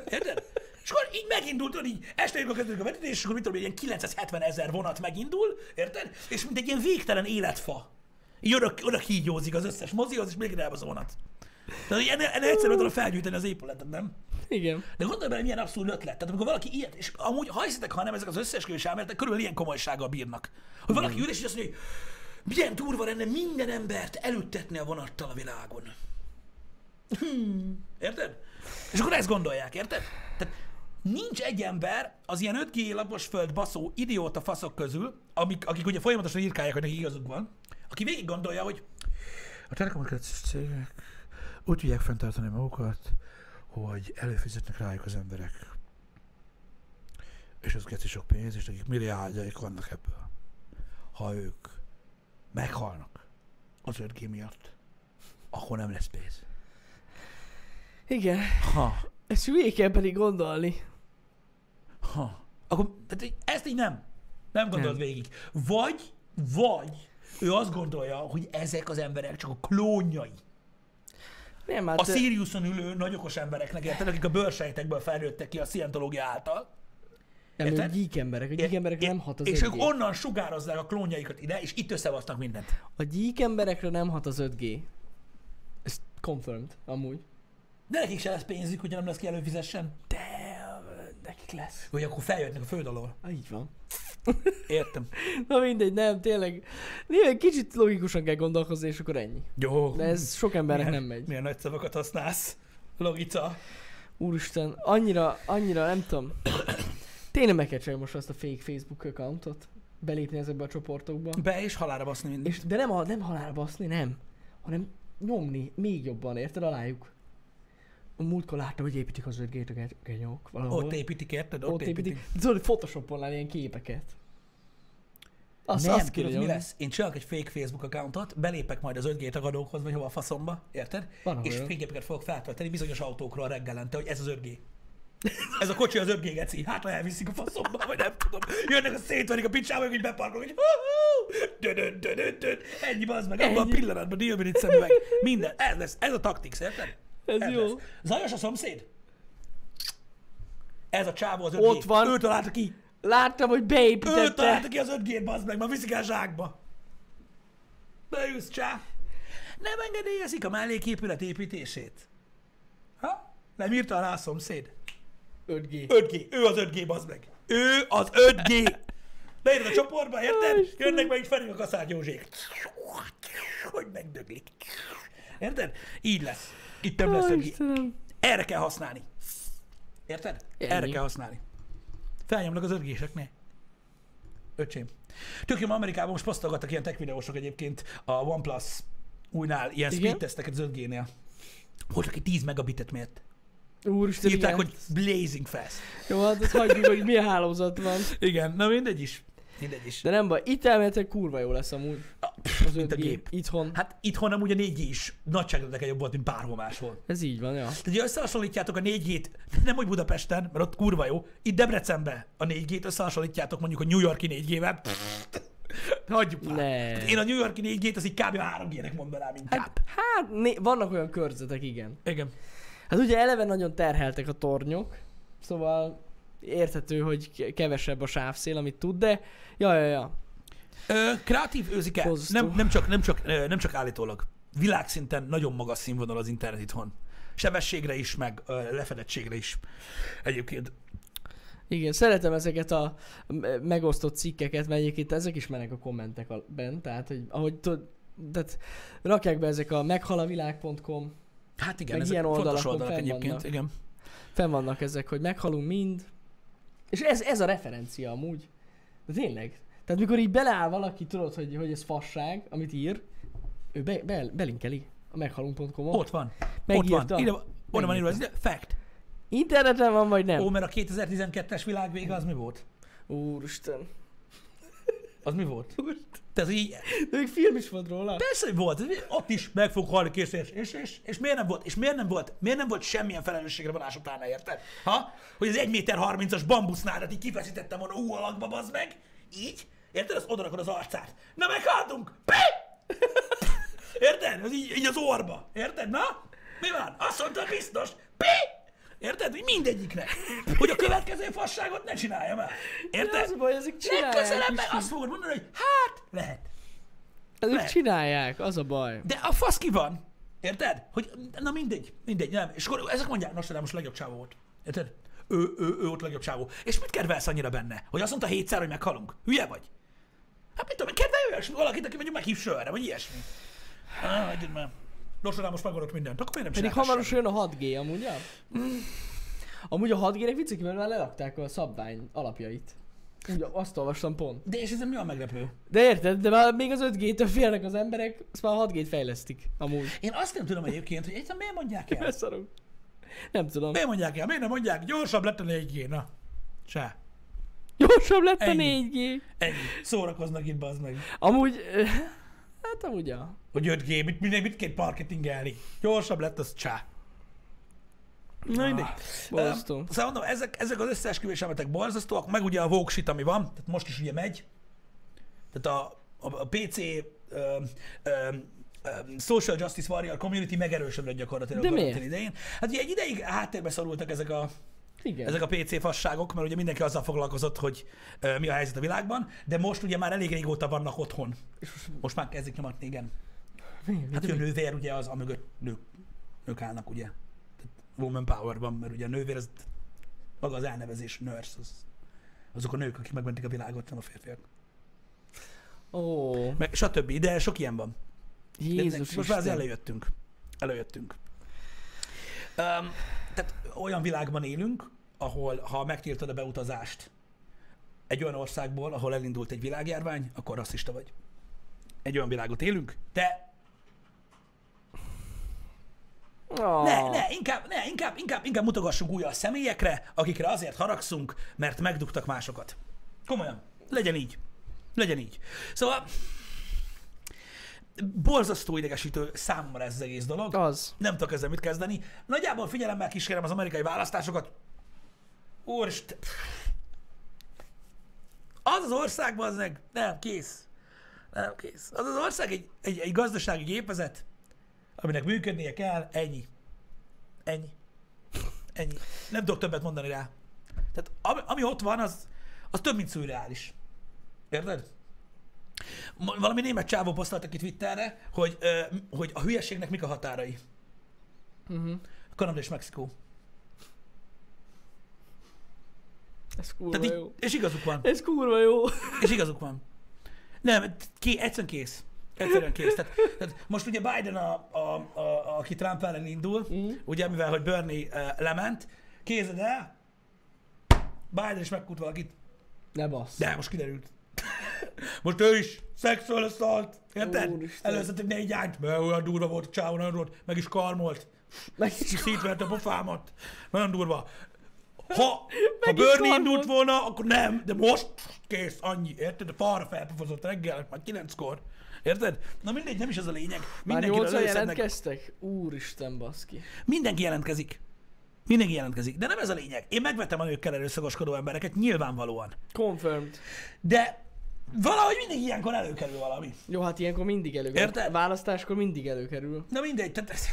Érted? És akkor így megindult, tudod, így este jön a kezdődik a vetítés, és akkor mit tudom, egy ilyen 970 ezer vonat megindul, érted? És mint egy ilyen végtelen életfa. Így oda, oda kígyózik az összes mozihoz, és még elbaz a vonat. Tehát így ennél, ennél egyszerűen tudom felgyűjteni az épületet, nem? Igen. De gondolj bele, milyen abszurd ötlet. Tehát amikor valaki ilyet, és amúgy ha hiszitek, ha nem ezek az összeesküvés elméletek, körülbelül ilyen komolysággal bírnak. Hogy valaki ül és így azt mondja, hogy milyen durva lenne minden embert elüttetni a vonattal a világon. Hmm. Érted? És akkor ezt gondolják, érted? Tehát nincs egy ember az ilyen 5G lapos föld baszó idióta faszok közül, amik, akik ugye folyamatosan írkálják, hogy neki igazuk van, aki végig gondolja, hogy a telekommunikációs cégek úgy tudják fenntartani magukat, hogy előfizetnek rájuk az emberek. És az geci sok pénz, és nekik milliárdjaik vannak ebből. Ha ők meghalnak az 5G miatt, akkor nem lesz pénz. Igen. Ha, Ezt hülyé kell pedig gondolni. ha. Akkor, tehát így- ezt így nem. Nem gondolod nem. végig. Vagy, vagy ő azt gondolja, hogy ezek az emberek csak a klónjai. Nem, A hát... ö, Siriuson ülő nagyokos embereknek, érted, akik a bőrsejtekből felnőttek ki a szientológia által. nem, ők érted? gyík emberek. A gyík emberekre nem hat az És 5G. ők onnan sugározzák a klónjaikat ide, és itt összevasznak mindent. A gyík emberekre nem hat az 5G. Ez confirmed, amúgy. De nekik se lesz pénzük, hogyha nem lesz ki előfizessen. De ö, nekik lesz. Vagy akkor feljöttnek a föld alól. Ah, így van. Értem. Na mindegy, nem, tényleg. Néha kicsit logikusan kell gondolkozni, és akkor ennyi. Jó. De ez sok embernek nem megy. Milyen nagy szavakat használsz? Logica. Úristen, annyira, annyira, nem tudom. Tényleg meg kell csinálni most azt a fake Facebook accountot. Belépni ezekbe a csoportokba. Be és halára baszni mindent. És, de nem, a, nem halálba baszni, nem. Hanem nyomni még jobban, érted? Alájuk. A múltkor láttam, hogy építik az 5G genyók valahol. Ott építik, érted? Ott építik. Tudod, hogy Photoshopon áll ilyen képeket. Azt, Azt, nem, azt azt kéne tudod, mi nyomni. lesz? Én csinálok egy fake Facebook accountot, belépek majd az 5G tagadókhoz, vagy hova a faszomba, érted? Van és olyan. fényképeket fogok feltölteni bizonyos autókról reggelente, hogy ez az 5G. Ez a kocsi az 5G geci. Hát, ha elviszik a faszomba, vagy nem tudom. Jönnek a szétverik a picsába, hogy beparkolok, hogy dödön, dödön, dödön. Ennyi bazd meg, abban a Ennyi. pillanatban, deal minute szemüveg. Minden. Ez lesz, ez a taktik, érted? Ez jó. Lesz. Zajos a szomszéd? Ez a csávó az 5G. Ott van. Ő találta ki. Láttam, hogy Ő beépítette. találta ki az 5G-t, bazd meg, ma viszik el zsákba. Beülsz, csá. Nem engedélyezik a melléképület építését. Ha? Nem írta alá a szomszéd. 5G. 5G, ő az 5G, bazd meg. Ő az 5G. Leírod a csoportba, érted? Jönnek meg itt felül a kaszár Józsék. Hogy megdöglik. Érted? Így lesz. Itt nem lesz Ó, 5G. Istenem. Erre kell használni. Érted? Erre Ennyi. kell használni. Felnyomnak az 5G-seknél. Öcsém. Tök jó, ma Amerikában most posztolgattak ilyen tech videósok egyébként a OnePlus újnál ilyen Igen? speed teszteket az 5G-nél. Volt, aki 10 megabitet mért. Úristen, Írták, igen. hogy blazing fast. Jó, hát azt hagyjuk, hogy milyen hálózat van. Igen, na mindegy is. Mindegy is. De nem baj, itt elméletileg kurva jó lesz amúgy. Az 5G. mint a gép. Itthon. Hát itthon amúgy a 4G is nagyságrendekkel jobb volt, mint bárhol máshol. Ez így van, ja. Tehát, ha összehasonlítjátok a 4G-t, nem úgy Budapesten, mert ott kurva jó, itt Debrecenbe a 4G-t összehasonlítjátok mondjuk a New Yorki 4G-vel, hagyjuk már. Ne. Tehát Én a New Yorki 4G-t az így kb. a 3G-nek mondanám inkább. Hát, hát né- vannak olyan körzetek, igen. igen. Hát ugye eleve nagyon terheltek a tornyok, szóval érthető, hogy ke- kevesebb a sávszél, amit tud, de ja, ja, ja. Ö, kreatív őzike, Borzasztó. nem, nem, csak, nem, csak, ö, nem csak állítólag. Világszinten nagyon magas színvonal az internet itthon. Sebességre is, meg ö, lefedettségre is. Egyébként Igen, szeretem ezeket a me- megosztott cikkeket, mert egyébként ezek is mennek a kommentek al- bent, tehát hogy ahogy tud, tehát rakják be ezek a meghalavilág.com, Hát igen, Meg ezek ilyen fontos oldalakon oldalak fenn egyébként, vannak. igen. fenn vannak ezek, hogy meghalunk mind. És ez, ez a referencia amúgy. De tényleg. Tehát mikor így beleáll valaki, tudod, hogy, hogy ez fasság, amit ír, ő be, be, belinkeli a meghalunk.com-ot. Ott van. Ott Megírta. van. Ide, oda van írva, ez ide- fact. Interneten van, vagy nem? Ó, mert a 2012-es világvége az mi volt? Úristen. Az mi volt? Tehát, hogy így, De még film is volt róla. persze, hogy volt, ott is meg fog halni kész, és, és, és, és, miért nem volt, és miért nem volt, miért nem volt semmilyen felelősségre vonás utána, érted? Ha? Hogy az 1 méter 30-as bambusznádat így kifeszítettem volna ú alakba, bazd meg, így, érted? Azt odarakod az arcát. Na meghaltunk! Pi! Érted? Az így, így, az orba. Érted? Na? Mi van? Azt mondta biztos. Pi! Érted? Hogy mindegyiknek. Hogy a következő fasságot ne csináljam el. De Érted? az a baj, ezek csinálják Legközelebb is. meg azt fogod mondani, hogy hát, lehet. Ezek lehet. csinálják, az a baj. De a fasz ki van. Érted? Hogy, na mindegy, mindegy, nem. És akkor ezek mondják, Nostradamus legjobb csávó volt. Érted? Ő, ő, ő ott legjobb csávó. És mit kedvelsz annyira benne? Hogy azt mondta hétszer, hogy meghalunk? Hülye vagy? Hát mit tudom, én, kedvelj olyasmi valakit, aki mondjuk meghív sörre, vagy ilyesmi. Ah, hagyjad már. Nostradamus megoldott mindent, akkor miért nem Pedig csináltál hamarosan semmit? jön a 6G amúgy, ja? Amúgy a 6G-nek viccik, mert már lerakták a szabvány alapjait. Ugye, azt olvastam pont. De és ez mi a meglepő? De érted, de már még az 5G-től félnek az emberek, azt már a 6G-t fejlesztik, amúgy. Én azt nem tudom egyébként, hogy egyszerűen miért mondják el. Beszarok. Nem tudom. Miért mondják el? Miért nem mondják? Gyorsabb lett a 4G, na. Se. Gyorsabb lett a Ennyi. 4G. Ennyi. Szórakoznak itt, bazd meg. Amúgy, eh, hát amúgy ja. Hogy 5G, mit, mit, mit kell marketingelni? Gyorsabb lett, az csá. Na mindegy. Ah, borzasztó. Öm, Szóval mondom, ezek, ezek az összeesküvés elméletek borzasztóak, meg ugye a Vogue shit, ami van, tehát most is ugye megy. Tehát a, a, a PC öm, öm, öm, Social Justice Warrior Community megerősödött gyakorlatilag De a karantén miért? idején. Hát ugye egy ideig háttérbe szorultak ezek a, Igen. ezek a PC fasságok, mert ugye mindenki azzal foglalkozott, hogy ö, mi a helyzet a világban, de most ugye már elég régóta vannak otthon. Most már kezdik nyomatni, igen. Hát ugye a nővér ugye az, amögött nők, nők állnak, ugye. Tehát woman power van, mert ugye a nővér az maga az elnevezés, nurse, az, azok a nők, akik megmentik a világot, nem a férfiak. Ó, Meg stb. De sok ilyen van. De Jézus ennek- Most már az Isten. előjöttünk. Előjöttünk. Um, tehát olyan világban élünk, ahol ha megtiltod a beutazást egy olyan országból, ahol elindult egy világjárvány, akkor rasszista vagy. Egy olyan világot élünk, de Ah. Ne, ne, inkább, ne, inkább, inkább, inkább mutogassunk újra a személyekre, akikre azért haragszunk, mert megdugtak másokat. Komolyan. Legyen így. Legyen így. Szóval borzasztó idegesítő számomra ez az egész dolog. Az. Nem tudok ezzel mit kezdeni. Nagyjából figyelemmel kísérem az amerikai választásokat. Úristen. Az az ország, az meg, nem, kész. Nem, kész. Az az ország egy, egy, egy gazdasági gépezet, aminek működnie kell, ennyi. Ennyi. Ennyi. Nem tudok többet mondani rá. Tehát ami, ami ott van, az, az több, mint szürreális. Érted? Ma- Valami német csávó posztoltak itt Twitterre, hogy, ö, m- hogy a hülyeségnek mik a határai. Uh-huh. Kanada és Mexikó. Ez kurva Tehát így, jó. és igazuk van. Ez kurva jó. És igazuk van. Nem, ké, egyszerűen kész. Egyszerűen kész. Tehát, tehát most ugye Biden, a, a, a, a, aki Trump ellen indul, mm. ugye mivel, hogy Bernie uh, lement, kézed el, Biden is megkut valakit. Ne bassz. De most kiderült. Most ő is szexual assault, érted? Úristen. Előzött négy ányt, mert olyan durva volt a csávon, nagyon durva, meg is karmolt, Meg és szétvert a pofámat. Nagyon durva. Ha, ha Meg is Bernie karmolt. indult volna, akkor nem, de most kész, annyi, érted? A falra felpofozott reggel, már kilenckor. Érted? Na mindegy, nem is ez a lényeg. Már Mindenkiről 8 előszednek- jelentkeztek? Úristen baszki. Mindenki jelentkezik. Mindenki jelentkezik. De nem ez a lényeg. Én megvetem a nőkkel erőszakoskodó embereket, nyilvánvalóan. Confirmed. De valahogy mindig ilyenkor előkerül valami. Jó, hát ilyenkor mindig előkerül. Érted? Választáskor mindig előkerül. Na mindegy, tehát ez,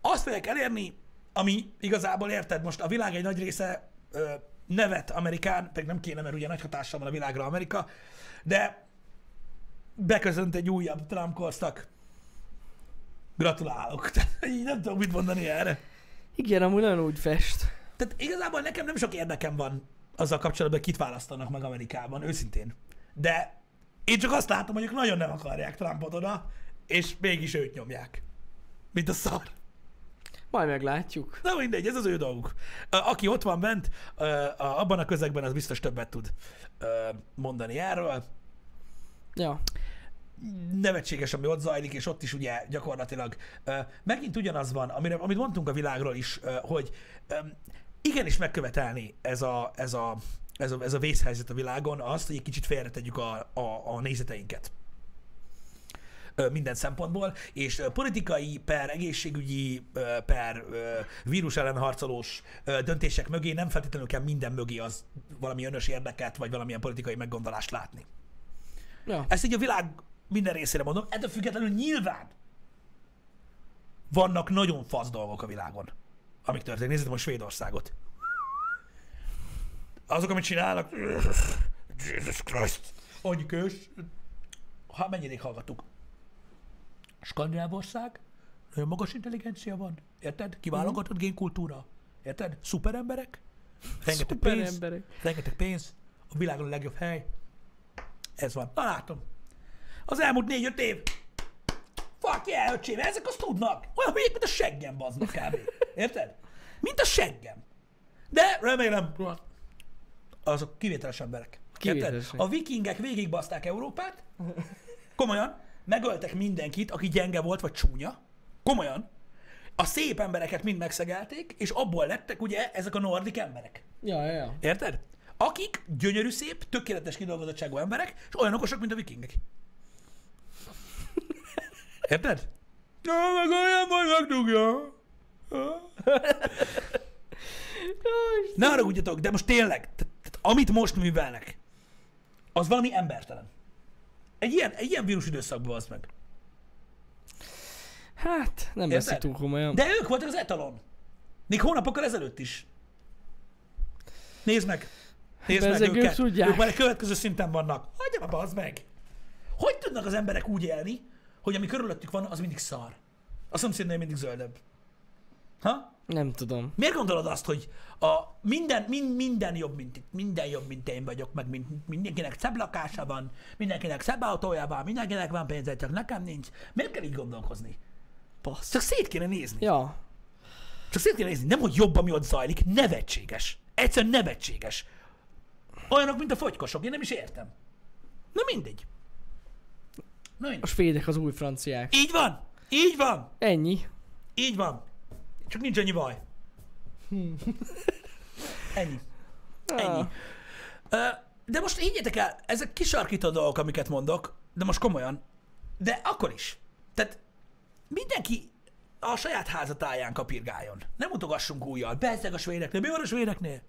azt fogják elérni, ami igazából érted, most a világ egy nagy része ö, nevet Amerikán, pedig nem kéne, mert ugye nagy hatással van a világra Amerika, de beköszönt egy újabb Trump korszak. Gratulálok. Tehát így nem tudom mit mondani erre. Igen, amúgy nagyon úgy fest. Tehát igazából nekem nem sok érdekem van azzal kapcsolatban, hogy kit választanak meg Amerikában, őszintén. De én csak azt látom, hogy ők nagyon nem akarják Trumpot oda, és mégis őt nyomják. Mint a szar. Majd meglátjuk. Na mindegy, ez az ő dolguk. Ö, Aki ott van bent, ö, a- abban a közegben az biztos többet tud ö, mondani erről. Ja. Nevetséges, ami ott zajlik, és ott is ugye gyakorlatilag ö, megint ugyanaz van, amire, amit mondtunk a világról is, ö, hogy ö, igenis megkövetelni ez a, ez a ez a, ez a vészhelyzet a világon, azt, hogy egy kicsit félretegyük a, a, a nézeteinket ö, minden szempontból, és ö, politikai, per egészségügyi, ö, per ö, vírus ellen harcolós ö, döntések mögé nem feltétlenül kell minden mögé az valami önös érdeket, vagy valamilyen politikai meggondolást látni. Ja. Ezt így a világ minden részére mondom, ettől függetlenül nyilván vannak nagyon fasz dolgok a világon, amik történnek. Nézzétek most Svédországot. Azok, amit csinálnak, Jesus Christ. Annyi kös. Ha mennyidik hallgattuk? Skandinávország, nagyon magas intelligencia van, érted? Kiválogatott génkultúra, érted? Szuper emberek, rengeteg pénz, Szuperemberek. rengeteg pénz, a világon a legjobb hely. Ez van. Na látom. Az elmúlt négy-öt év. Fuck yeah, öcsém, ezek azt tudnak. Olyan hülyék, mint a seggem, baznak kb. Érted? Mint a seggem. De remélem, azok kivételes emberek. Érted? Kivételes. A vikingek végigbaszták Európát, komolyan, megöltek mindenkit, aki gyenge volt, vagy csúnya, komolyan, a szép embereket mind megszegelték, és abból lettek ugye ezek a nordik emberek. Ja, ja, ja. Érted? Akik gyönyörű szép, tökéletes kidolgozottságú emberek, és olyan okosak, mint a vikingek. Érted? Na, meg olyan majd megdugja. Ne haragudjatok, de most tényleg, tehát, tehát amit most művelnek, az valami embertelen. Egy ilyen, egy ilyen vírus időszakban az meg. Hát, nem veszik túl komolyan. De ők voltak az etalon. Még hónapokkal ezelőtt is. Nézd meg. Nézd meg Bezzeg, ők őket. tudják. Ők már a következő szinten vannak. Hagyja már bazd meg. Hogy tudnak az emberek úgy élni, hogy ami körülöttük van, az mindig szar. A szomszédnél mindig zöldebb. Ha? Nem tudom. Miért gondolod azt, hogy a minden, min, minden jobb, mint itt, minden jobb, mint én vagyok, meg mint, mindenkinek szebb lakása van, mindenkinek szebb autója van, mindenkinek van pénze, csak nekem nincs. Miért kell így gondolkozni? Basz. Csak szét kéne nézni. Ja. Csak szét kell nézni, nem hogy jobb, ami ott zajlik, nevetséges. Egyszerűen nevetséges. Olyanok, mint a fogykosok, én nem is értem. Na mindegy. Na A mindegy. svédek az új franciák. Így van, így van, Ennyi. így van. Csak nincs annyi baj. Ennyi. Ennyi. Ö, De most higgyetek el, ezek kisarkító dolgok, amiket mondok, de most komolyan. De akkor is. Tehát mindenki a saját házatáján kapirgáljon. Nem utogassunk újjal. Bezzeg a svédeknél. Mi van a svédeknél?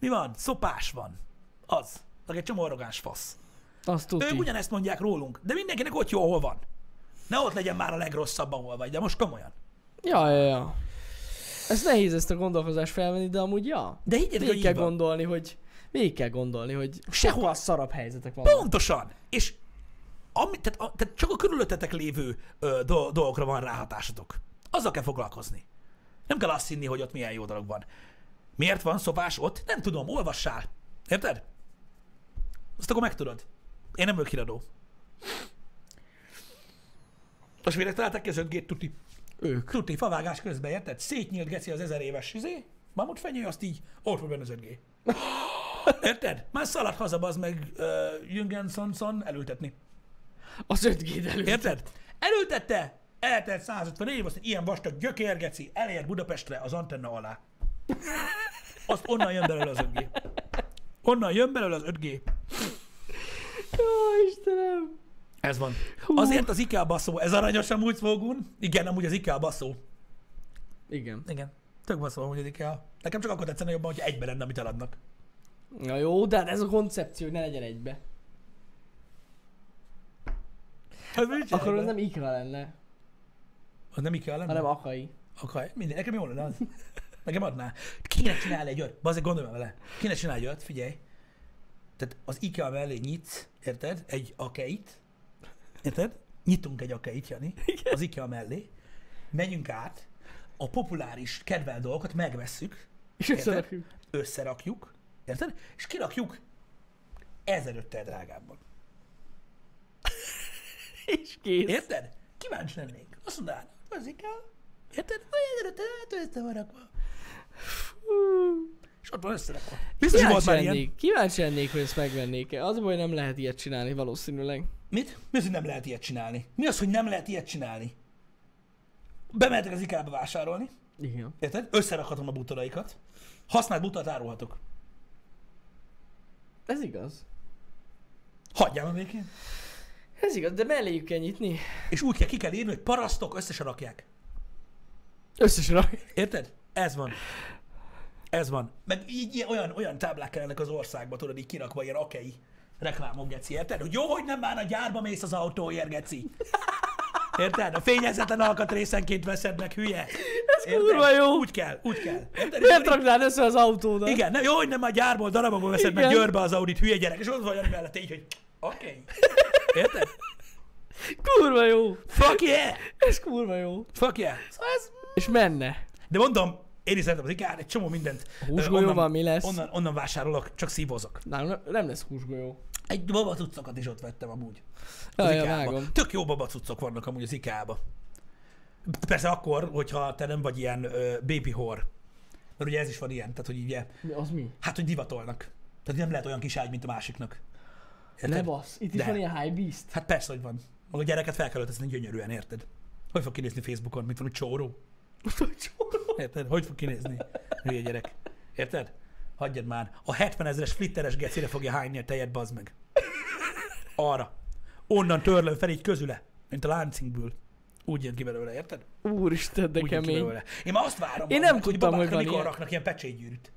Mi van? Szopás van. Az. Meg egy csomó arrogáns fasz. Azt tudti. Ők ugyanezt mondják rólunk, de mindenkinek ott jó, ahol van. Ne ott legyen már a legrosszabb, ahol vagy, de most komolyan. Ja, ja, ja. Ez nehéz ezt a gondolkozást felvenni, de amúgy ja. De higgyetek, hogy Végig kell így van. gondolni, hogy... Végig kell gondolni, hogy Sehol. sokkal szarabb helyzetek vannak. Pontosan! És ami, tehát, a, tehát csak a körülöttetek lévő ö, do, dolgokra van ráhatásotok. Azzal kell foglalkozni. Nem kell azt hinni, hogy ott milyen jó dolog van. Miért van szopás ott? Nem tudom, olvassál. Érted? Azt akkor megtudod. Én nem vagyok híradó. Most miért találták ki az 5G tuti? Ők. Tuti, favágás közben, érted? Szétnyílt geci az ezer éves izé, mamut fenyő, azt így, ott van benne az 5G. Érted? Már szaladt haza, az meg uh, Jüngenszonszon elültetni. Az 5G előtt. Érted? Elültette, eltelt 150 év, aztán ilyen vastag gyökérgeci, elér Budapestre az antenna alá. Azt onnan jön belőle az 5G. Onnan jön belőle az 5G. Ó, Istenem. Ez van. Azért az IKEA baszó, ez aranyos amúgy Svógun. Igen, amúgy az IKEA baszó. Igen. Igen. Tök baszó amúgy az IKEA. Nekem csak akkor tetszene jobban, hogyha egyben lenne, amit eladnak. Na jó, de hát ez a koncepció, hogy ne legyen egybe. Akkor az nem ikra lenne, Hát, Az nem IKEA lenne? hanem akai. Akar, minden, nekem jó lenne az. Nekem adná. Kéne csinálni egy olyat, bazeg gondolj már vele. Kéne csinálni egy olyat, figyelj. Tehát az IKEA mellé nyitsz, érted? Egy akeit. Érted? Nyitunk egy akeit, Jani. Az IKEA mellé. Megyünk át, a populáris kedvel dolgokat megvesszük, És Érted? összerakjuk. összerakjuk, érted? És kirakjuk 1500 drágábban. És kész. Érted? Kíváncsi lennék. Azt hát, mondanád, az IKEA, érted? Olyan 1500 hát, össze van rakva. És ott van összerakva. Biztos, hogy volt Kíváncsi már ilyen. lennék, kíváncsi lennék, hogy ezt megvennék-e. Az a baj, nem lehet ilyet csinálni valószínűleg. Mit? Mi az, hogy nem lehet ilyet csinálni? Mi az, hogy nem lehet ilyet csinálni? Bemehetek az IKEA-ba vásárolni, Igen. érted? Összerakhatom a butoraikat. Használt butort árulhatok. Ez igaz. Hagyjál a végén. Ez igaz, de melléjük kell nyitni. És úgy kell, ki kell írni, hogy parasztok összesen rakják. Összesen rak- Érted? Ez van. Ez van. Meg így ilyen- olyan, olyan táblák kellenek az országba, tudod, így kirakva ilyen akei reklámok, geci, érted? Hogy jó, hogy nem már a gyárba mész az autóért, geci. Érted? A fényezetlen alkatrészenként veszed meg, hülye. Ez kurva jó. Úgy kell, úgy kell. Érted? Miért Akkor így- raknád össze az autódat? Igen, nem, jó, hogy nem már gyárból darabokból veszed meg Igen. győrbe az Audit, hülye gyerek, és ott vagy ami mellett így, hogy oké. Okay. Érted? Kurva jó. Fuck yeah! Ez kurva jó. Fuck yeah! Szóval ez És menne. De mondom, én is szeretem az ikár, egy csomó mindent. húsgolyóval ö, onnan- mi lesz? Onnan, onnan vásárolok, csak szívózok. Nem, nem lesz húsgolyó. Egy babacuccokat is ott vettem amúgy. Az Jaj, ja, IKEA-ba. vágom. Tök jó babacuccok vannak amúgy az ikea Persze akkor, hogyha te nem vagy ilyen ö, baby whore. Mert ugye ez is van ilyen, tehát hogy ugye, Mi, az mi? hát hogy divatolnak. Tehát nem lehet olyan kis ágy, mint a másiknak. Érted? Ne basz, itt is De. van ilyen high beast. Hát persze, hogy van. Maga a gyereket fel kell öltözni gyönyörűen, érted? Hogy fog kinézni Facebookon, mint valami csóró? Érted? Hogy fog kinézni? Hülye gyerek. Érted? Hagyjad már. A 70 ezeres flitteres gecire fogja hányni a tejet, bazd meg. Arra. Onnan törlöm fel így közüle, mint a láncingből. Úgy jön ki belőle, érted? Úristen, de Úgy jön ki kemény. belőle. Én már azt várom, Én bazd nem meg, tudtam, hogy babákra van mikor ilyen. raknak ilyen pecsétgyűrűt.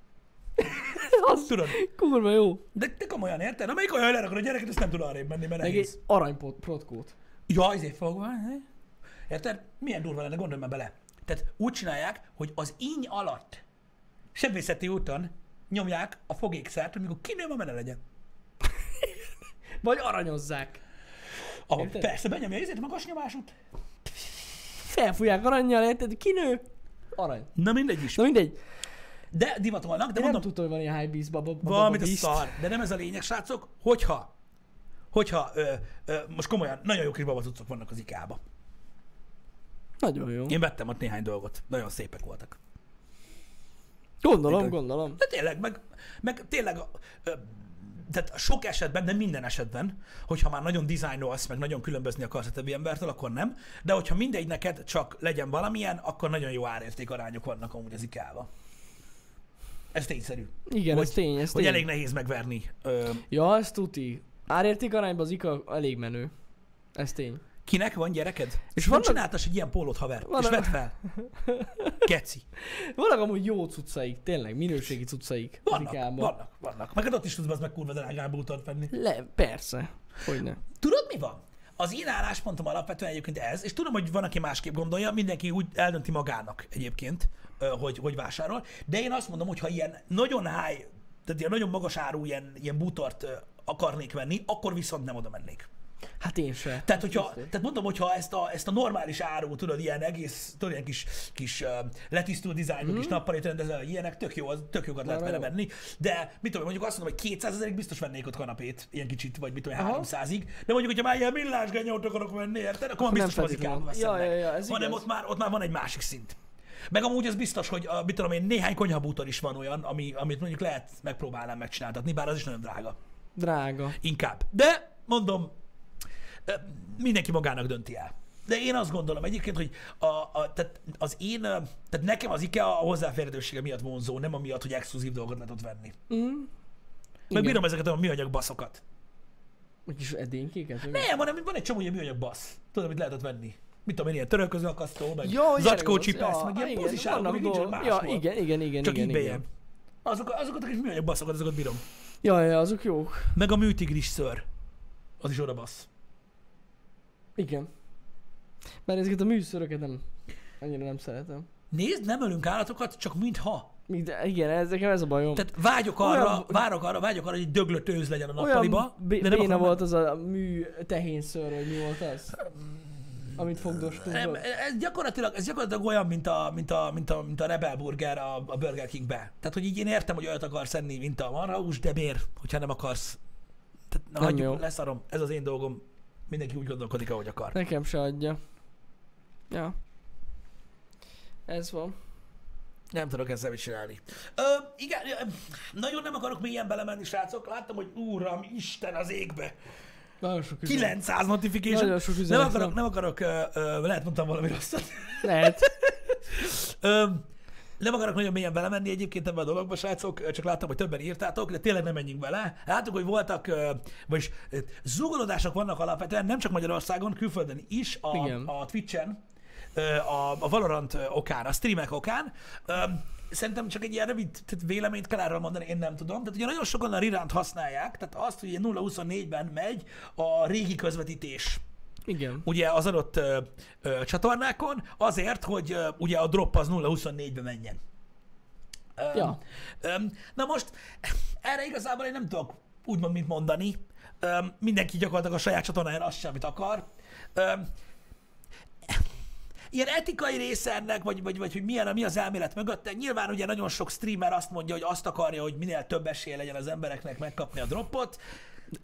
Az Tudod? kurva jó. De te komolyan érted? Amelyik olyan lerakod a gyereket, ezt nem tud arrébb menni, mert Meg nehéz. egy aranyprotkót. Ja, azért fogva. eh? Érted? Milyen durva lenne, gondolj már bele. Tehát úgy csinálják, hogy az íny alatt sebészeti úton nyomják a fogékszert, hogy mikor kinő, ma mene legyen. Vagy aranyozzák. Ahol Érted? persze benyomja ezért magas nyomásút. Felfújják aranyjal, érted? Kinő? Arany. Na mindegy is. Na mindegy. De divatolnak, de Én nem mondom, tudtam, hogy van ilyen high beast baba. baba valamit a beast. szar. De nem ez a lényeg, srácok, hogyha hogyha, ö, ö, most komolyan, nagyon jó kis babacuccok vannak az IKEA-ba. Nagyon jó. Én vettem ott néhány dolgot, nagyon szépek voltak. Gondolom, gondolom. De tényleg, meg, meg tényleg, ö, tehát sok esetben, nem minden esetben, hogyha már nagyon dizájnolsz, meg nagyon különbözni akarsz a többi embertől, akkor nem. De hogyha mindegy neked csak legyen valamilyen, akkor nagyon jó árérték arányok vannak amúgy az ikea Ez tényszerű. Igen, Hogy- ez tény, ez Hogy tény. elég nehéz megverni. Ö, Ja, ez tuti. Árérték arányban az Ika elég menő. Ez tény. kinek van gyereked? És van vannak- csináltas egy ilyen pólót haver, Van- és vedd fel. Keci. Vannak amúgy jó cuccaik, tényleg, minőségi cuccaik. az Vannak, Ikában. vannak, vannak. Meg hát ott is tudsz az meg kurva drágább úton venni. Le, persze. Hogyne. Tudod, mi van? Az én álláspontom alapvetően egyébként ez, és tudom, hogy van, aki másképp gondolja, mindenki úgy eldönti magának egyébként, ö, hogy, hogy vásárol, de én azt mondom, hogy ha ilyen nagyon high, tehát ilyen nagyon magas áru ilyen, ilyen bútort ö, akarnék venni, akkor viszont nem oda mennék. Hát én se. Tehát, hogyha, tehát mondom, hogyha ezt a, ezt a normális áru, tudod, ilyen egész, tudod, ilyen kis, kis uh, letisztult dizájnok, mm. kis nappali rendező, ilyenek, tök, jó, az, tök jókat lehet Arra vele Mhm. jó. menni. De mit tudom, mondjuk azt mondom, hogy 200 ezerig biztos vennék ott kanapét, ilyen kicsit, vagy mit tudom, Aha. 300-ig. De mondjuk, hogyha már ilyen millás genyót akarok menni, érted? Akkor már nem biztos nem az feltétlenül. ikába Ja, veszem meg. ja, ja, ez Hanem igaz. ott már, ott már van egy másik szint. Meg amúgy az biztos, hogy a, mit tudom én, néhány konyhabútor is van olyan, ami, amit mondjuk lehet megpróbálnám megcsináltatni, bár az is nagyon drága Drága. inkább. De mondom, ö, mindenki magának dönti el. De én azt gondolom egyébként, hogy a, a, tehát az én, ö, tehát nekem az IKEA a hozzáférhetősége miatt vonzó, nem amiatt, hogy exkluzív dolgot lehet ott venni. Meg Mm. Igen. bírom ezeket a műanyag baszokat. Egy kis edénykéket? vagy mi? Nem, hanem van egy csomó ilyen műanyag basz. Tudod, amit lehet ott venni. Mit tudom én, ilyen törölköző akasztó, meg Ja, igen, zacskó igaz. csipesz, Ja, meg ilyen igen, pozisárok, vannak amik nincsenek dolgok. máshol. Ja, igen, igen, igen, Csak igen, ebay-en. igen. Azok, azokat a kis műanyag baszokat, azokat bírom. Ja, ja, azok jók. Meg a műtigris ször. Az is oda bassz. Igen. Mert ezeket a műszöröket nem, annyira nem szeretem. Nézd, nem ölünk állatokat, csak mintha. Még De igen, ez, nekem ez a bajom. Tehát vágyok arra, Olyan- várok arra, vágyok arra, hogy egy döglött őz legyen a Olyan nappaliba. bé- de nem béna akarom- volt az a mű tehénszőr, hogy mi volt az? Amit fogdostunk. Nem, e- ez gyakorlatilag, ez gyakorlatilag olyan, mint a, mint a, mint a, mint a Rebel Burger a, a Burger Kingbe. Tehát, hogy így én értem, hogy olyat akarsz enni, mint a marhaús, de miért, hogyha nem akarsz? Tehát, na, Nem hagyjuk, jó. leszarom, ez az én dolgom. Mindenki úgy gondolkodik, ahogy akar. Nekem se adja. Ja. Ez van. Nem tudok ezzel mit csinálni. Ö, igen, ö, nagyon nem akarok mélyen belemenni, srácok. Láttam, hogy úram, Isten az égbe. Nagyon sok üzenet. 900 notification. Nagyon sok nem üzenet akarok, van. nem akarok, ö, ö, lehet mondtam valami rosszat. Lehet. Ö, Nem akarok nagyon mélyen belemenni egyébként ebbe a dologba, srácok, csak láttam, hogy többen írtátok, de tényleg nem menjünk bele. Láttuk, hogy voltak, ö, vagyis ö, zúgolódások vannak alapvetően, nem csak Magyarországon, külföldön is, a, Igen. a Twitch-en, ö, a, a Valorant ö, okán, a streamek okán. Ö, Szerintem csak egy ilyen rövid tehát véleményt kell erről mondani, én nem tudom. Tehát ugye nagyon sokan a Riránt használják, tehát azt, hogy ilyen 0-24-ben megy a régi közvetítés Igen. ugye az adott ö, ö, csatornákon, azért, hogy ö, ugye a drop az 0-24-be menjen. Öm, Ja. öm, na most, erre igazából én nem tudok úgymond mit mondani. Öm, mindenki gyakorlatilag a saját csatornáján azt sem, amit akar. Öm, ilyen etikai része ennek, vagy, vagy, vagy hogy milyen, mi az elmélet mögötte. Nyilván ugye nagyon sok streamer azt mondja, hogy azt akarja, hogy minél több esélye legyen az embereknek megkapni a droppot.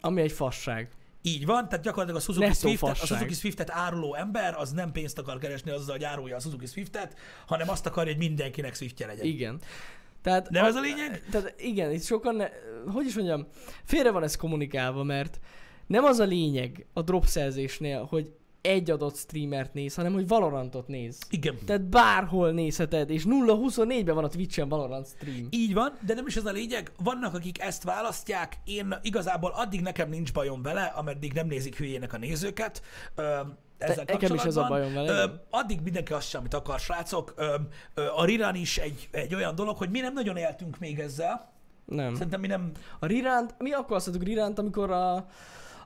Ami egy fasság. Így van, tehát gyakorlatilag a Suzuki, Nettó Swiftet, a fasság. Suzuki Swiftet áruló ember az nem pénzt akar keresni azzal, hogy árulja a Suzuki Swiftet, hanem azt akarja, hogy mindenkinek Swiftje legyen. Igen. Tehát Nem ez a lényeg? Tehát igen, itt sokan, ne, hogy is mondjam, félre van ez kommunikálva, mert nem az a lényeg a dropszerzésnél, hogy egy adott streamert néz, hanem hogy Valorantot néz. Igen. Tehát bárhol nézheted, és 0-24-ben van a Twitch-en Valorant stream. Így van, de nem is ez a lényeg. Vannak, akik ezt választják, én igazából addig nekem nincs bajom vele, ameddig nem nézik hülyének a nézőket. Ö, ezzel nekem is ez a kapcsolatban. bajom vele, Ö, igen. addig mindenki azt sem, amit akar, srácok. Ö, ö, a Riran is egy, egy olyan dolog, hogy mi nem nagyon éltünk még ezzel. Nem. Szerintem mi nem... A Riránt, mi akkor azt Riránt, amikor a,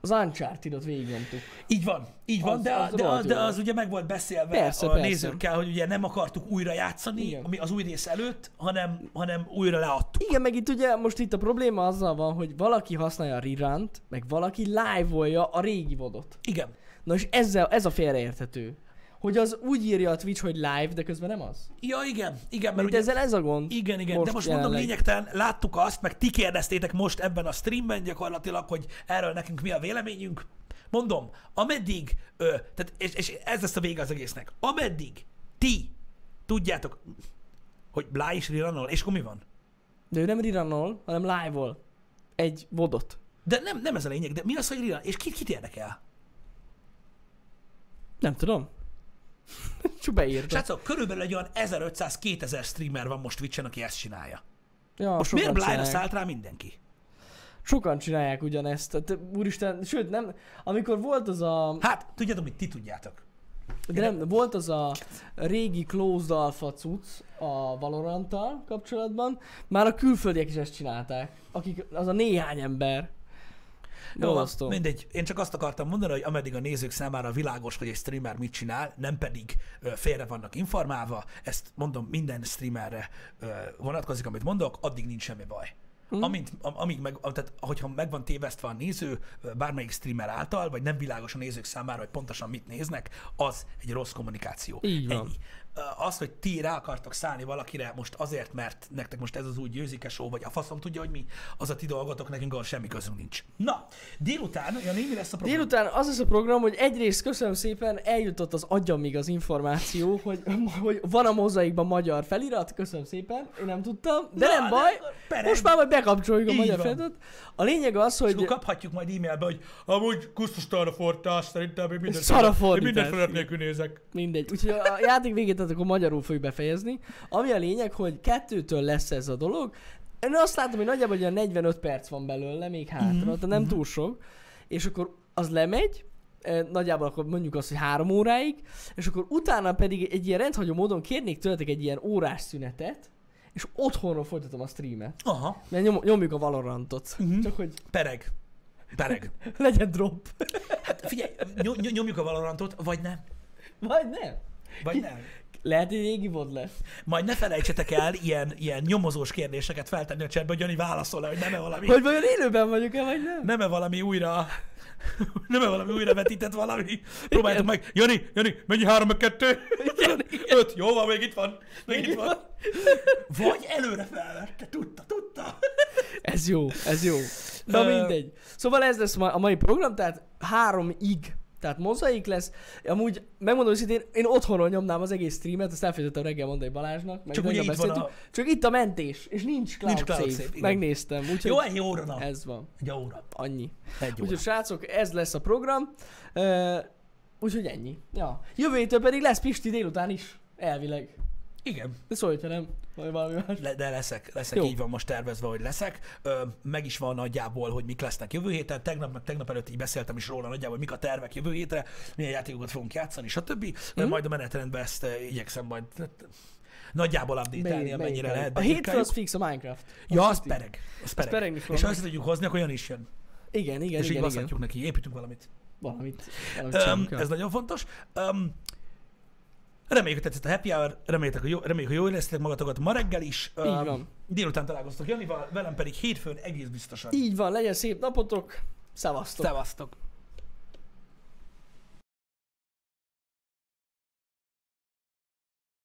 az Uncharted-ot végignyomtuk. Így van, így van, Az- de, az az, de, az, rohadt de jó. az ugye meg volt beszélve Persze, a persze. nézőkkel, hogy ugye nem akartuk újra játszani Igen. ami az új rész előtt, hanem, hanem újra leadtuk. Igen, meg itt ugye most itt a probléma azzal van, hogy valaki használja a Riránt, meg valaki live-olja a régi vodot. Igen. Na és ezzel, ez a félreérthető. Hogy az úgy írja a Twitch, hogy live, de közben nem az. Ja, igen, igen, mert Mert ugye, ezzel ez a gond. igen, igen, de most mondom jelenleg. lényegtelen, láttuk azt, meg ti kérdeztétek most ebben a streamben gyakorlatilag, hogy erről nekünk mi a véleményünk. Mondom, ameddig, ö, tehát, és, és ez lesz a vége az egésznek, ameddig ti tudjátok, hogy Blá is Riranol, és akkor mi van? De ő nem riranol, hanem live-ol. Egy vodot. De nem, nem ez a lényeg, de mi az, hogy Riran, és kit, kit érdekel? Nem tudom. Csak beírta. Srácok, körülbelül egy olyan 1500-2000 streamer van most Twitch-en, aki ezt csinálja. Ja, Most sokan miért blind csinálják. szállt rá mindenki? Sokan csinálják ugyanezt. Tehát, úristen, sőt, nem, amikor volt az a, Hát, tudjátok, mit ti tudjátok. de nem, volt az a régi Closed Alpha cucc a Valoranttal kapcsolatban, már a külföldiek is ezt csinálták, akik, az a néhány ember. Jó, van, Borzasztó. mindegy. Én csak azt akartam mondani, hogy ameddig a nézők számára világos, hogy egy streamer mit csinál, nem pedig ö, félre vannak informálva, ezt mondom minden streamerre ö, vonatkozik, amit mondok, addig nincs semmi baj. Mhm. Amint, am- amíg meg, am- tehát, hogyha meg van tévesztve a néző ö, bármelyik streamer által, vagy nem világos a nézők számára, hogy pontosan mit néznek, az egy rossz kommunikáció. Így van. Ennyi. Ö, Az, hogy ti rá akartok szállni valakire most azért, mert nektek most ez az új győzike show, vagy a faszom tudja, hogy mi, az a ti dolgotok, nekünk ahol semmi közünk nincs. Na, délután, olyan mi lesz a program? Délután az lesz a program, hogy egyrészt köszönöm szépen, eljutott az agyamig az információ, hogy, hogy van a mozaikban magyar felirat, köszönöm szépen, én nem tudtam, de Na, nem de baj, akkor pereg. most már majd bekapcsoljuk a Így magyar van. feliratot. A lényeg az, Akkor hogy kaphatjuk majd e-mailbe, hogy Amúgy kusztustalra fordítás, szerintem én mindent Szar a feladat- én fordítás. mindent feladat nélkül nézek. mindegy, úgyhogy a játék végét tehát akkor magyarul fogjuk befejezni. Ami a lényeg, hogy kettőtől lesz ez a dolog. Én azt látom, hogy nagyjából olyan 45 perc van belőle, még hátra, tehát nem túl sok. És akkor az lemegy, eh, nagyjából akkor mondjuk azt, hogy három óráig, és akkor utána pedig egy ilyen rendhagyó módon kérnék tőletek egy ilyen órás szünetet, és otthonról folytatom a streamet. aha, Mert nyom, nyomjuk a Valorantot. Uh-huh. Csak hogy pereg. Pereg. legyen drop. Hát figyelj, ny- ny- nyomjuk a Valorantot, vagy nem. Vagy nem. Vagy nem. Lehet, hogy régi vod lesz. Majd ne felejtsetek el ilyen, ilyen nyomozós kérdéseket feltenni a csetbe, hogy Jani válaszol hogy nem-e valami, Hogy vajon élőben vagyok-e, vagy nem? nem-e valami újra nem-e valami újra vetített valami? Próbáljátok meg. Jani, Jani, mennyi három meg kettő? Öt, jó van, még itt van. Még itt van. Vagy előre felvette, tudta, tudta. Ez jó, ez jó. Na Ö, mindegy. Szóval ez lesz ma- a mai program, tehát háromig. Tehát mozaik lesz. Amúgy megmondom őszintén, én otthonról nyomnám az egész streamet, ezt elfelejtettem reggel mondani Balázsnak. Meg Csak ugye reggel itt van beszéltük. Csak itt a mentés, és nincs cloud, Nincs cloud save. save, igen. Megnéztem, úgyhogy Jó, egy óra nap. ez van. Egy óra. Annyi. Egy óra. Úgyhogy srácok, ez lesz a program. Ö, úgyhogy ennyi. Ja. Jövő héttől pedig lesz Pisti délután is. Elvileg. Igen. De szólj, ha nem. Vagy valami más. Le, de leszek, leszek Jó. így van most tervezve, hogy leszek. Ö, meg is van nagyjából, hogy mik lesznek jövő héten. Tegnap, meg tegnap előtt így beszéltem is róla nagyjából, hogy mik a tervek jövő hétre, milyen játékokat fogunk játszani, stb. Mhm. Mm-hmm. Majd a menetrendben ezt ö, igyekszem majd ö, nagyjából update-elni, Melyik- amennyire melyik? lehet. A hétfő az betitkáljuk. fix a Minecraft. Ja, az pereg. Az pereg. peregni és fognak. ha össze tudjuk hozni, akkor olyan is jön. Igen, igen, és így igen, igen. baszhatjuk neki, építünk valamit. Valamit. valamit Um, csinálunk el. ez nagyon fontos. Um, reméljük, hogy tetszett a happy hour, reméljük, hogy jó, reméljük, hogy jól éreztétek magatokat ma reggel is. Öm, Így van. Délután találkoztok Janival, velem pedig hétfőn egész biztosan. Így van, legyen szép napotok. Szevasztok. Szevasztok!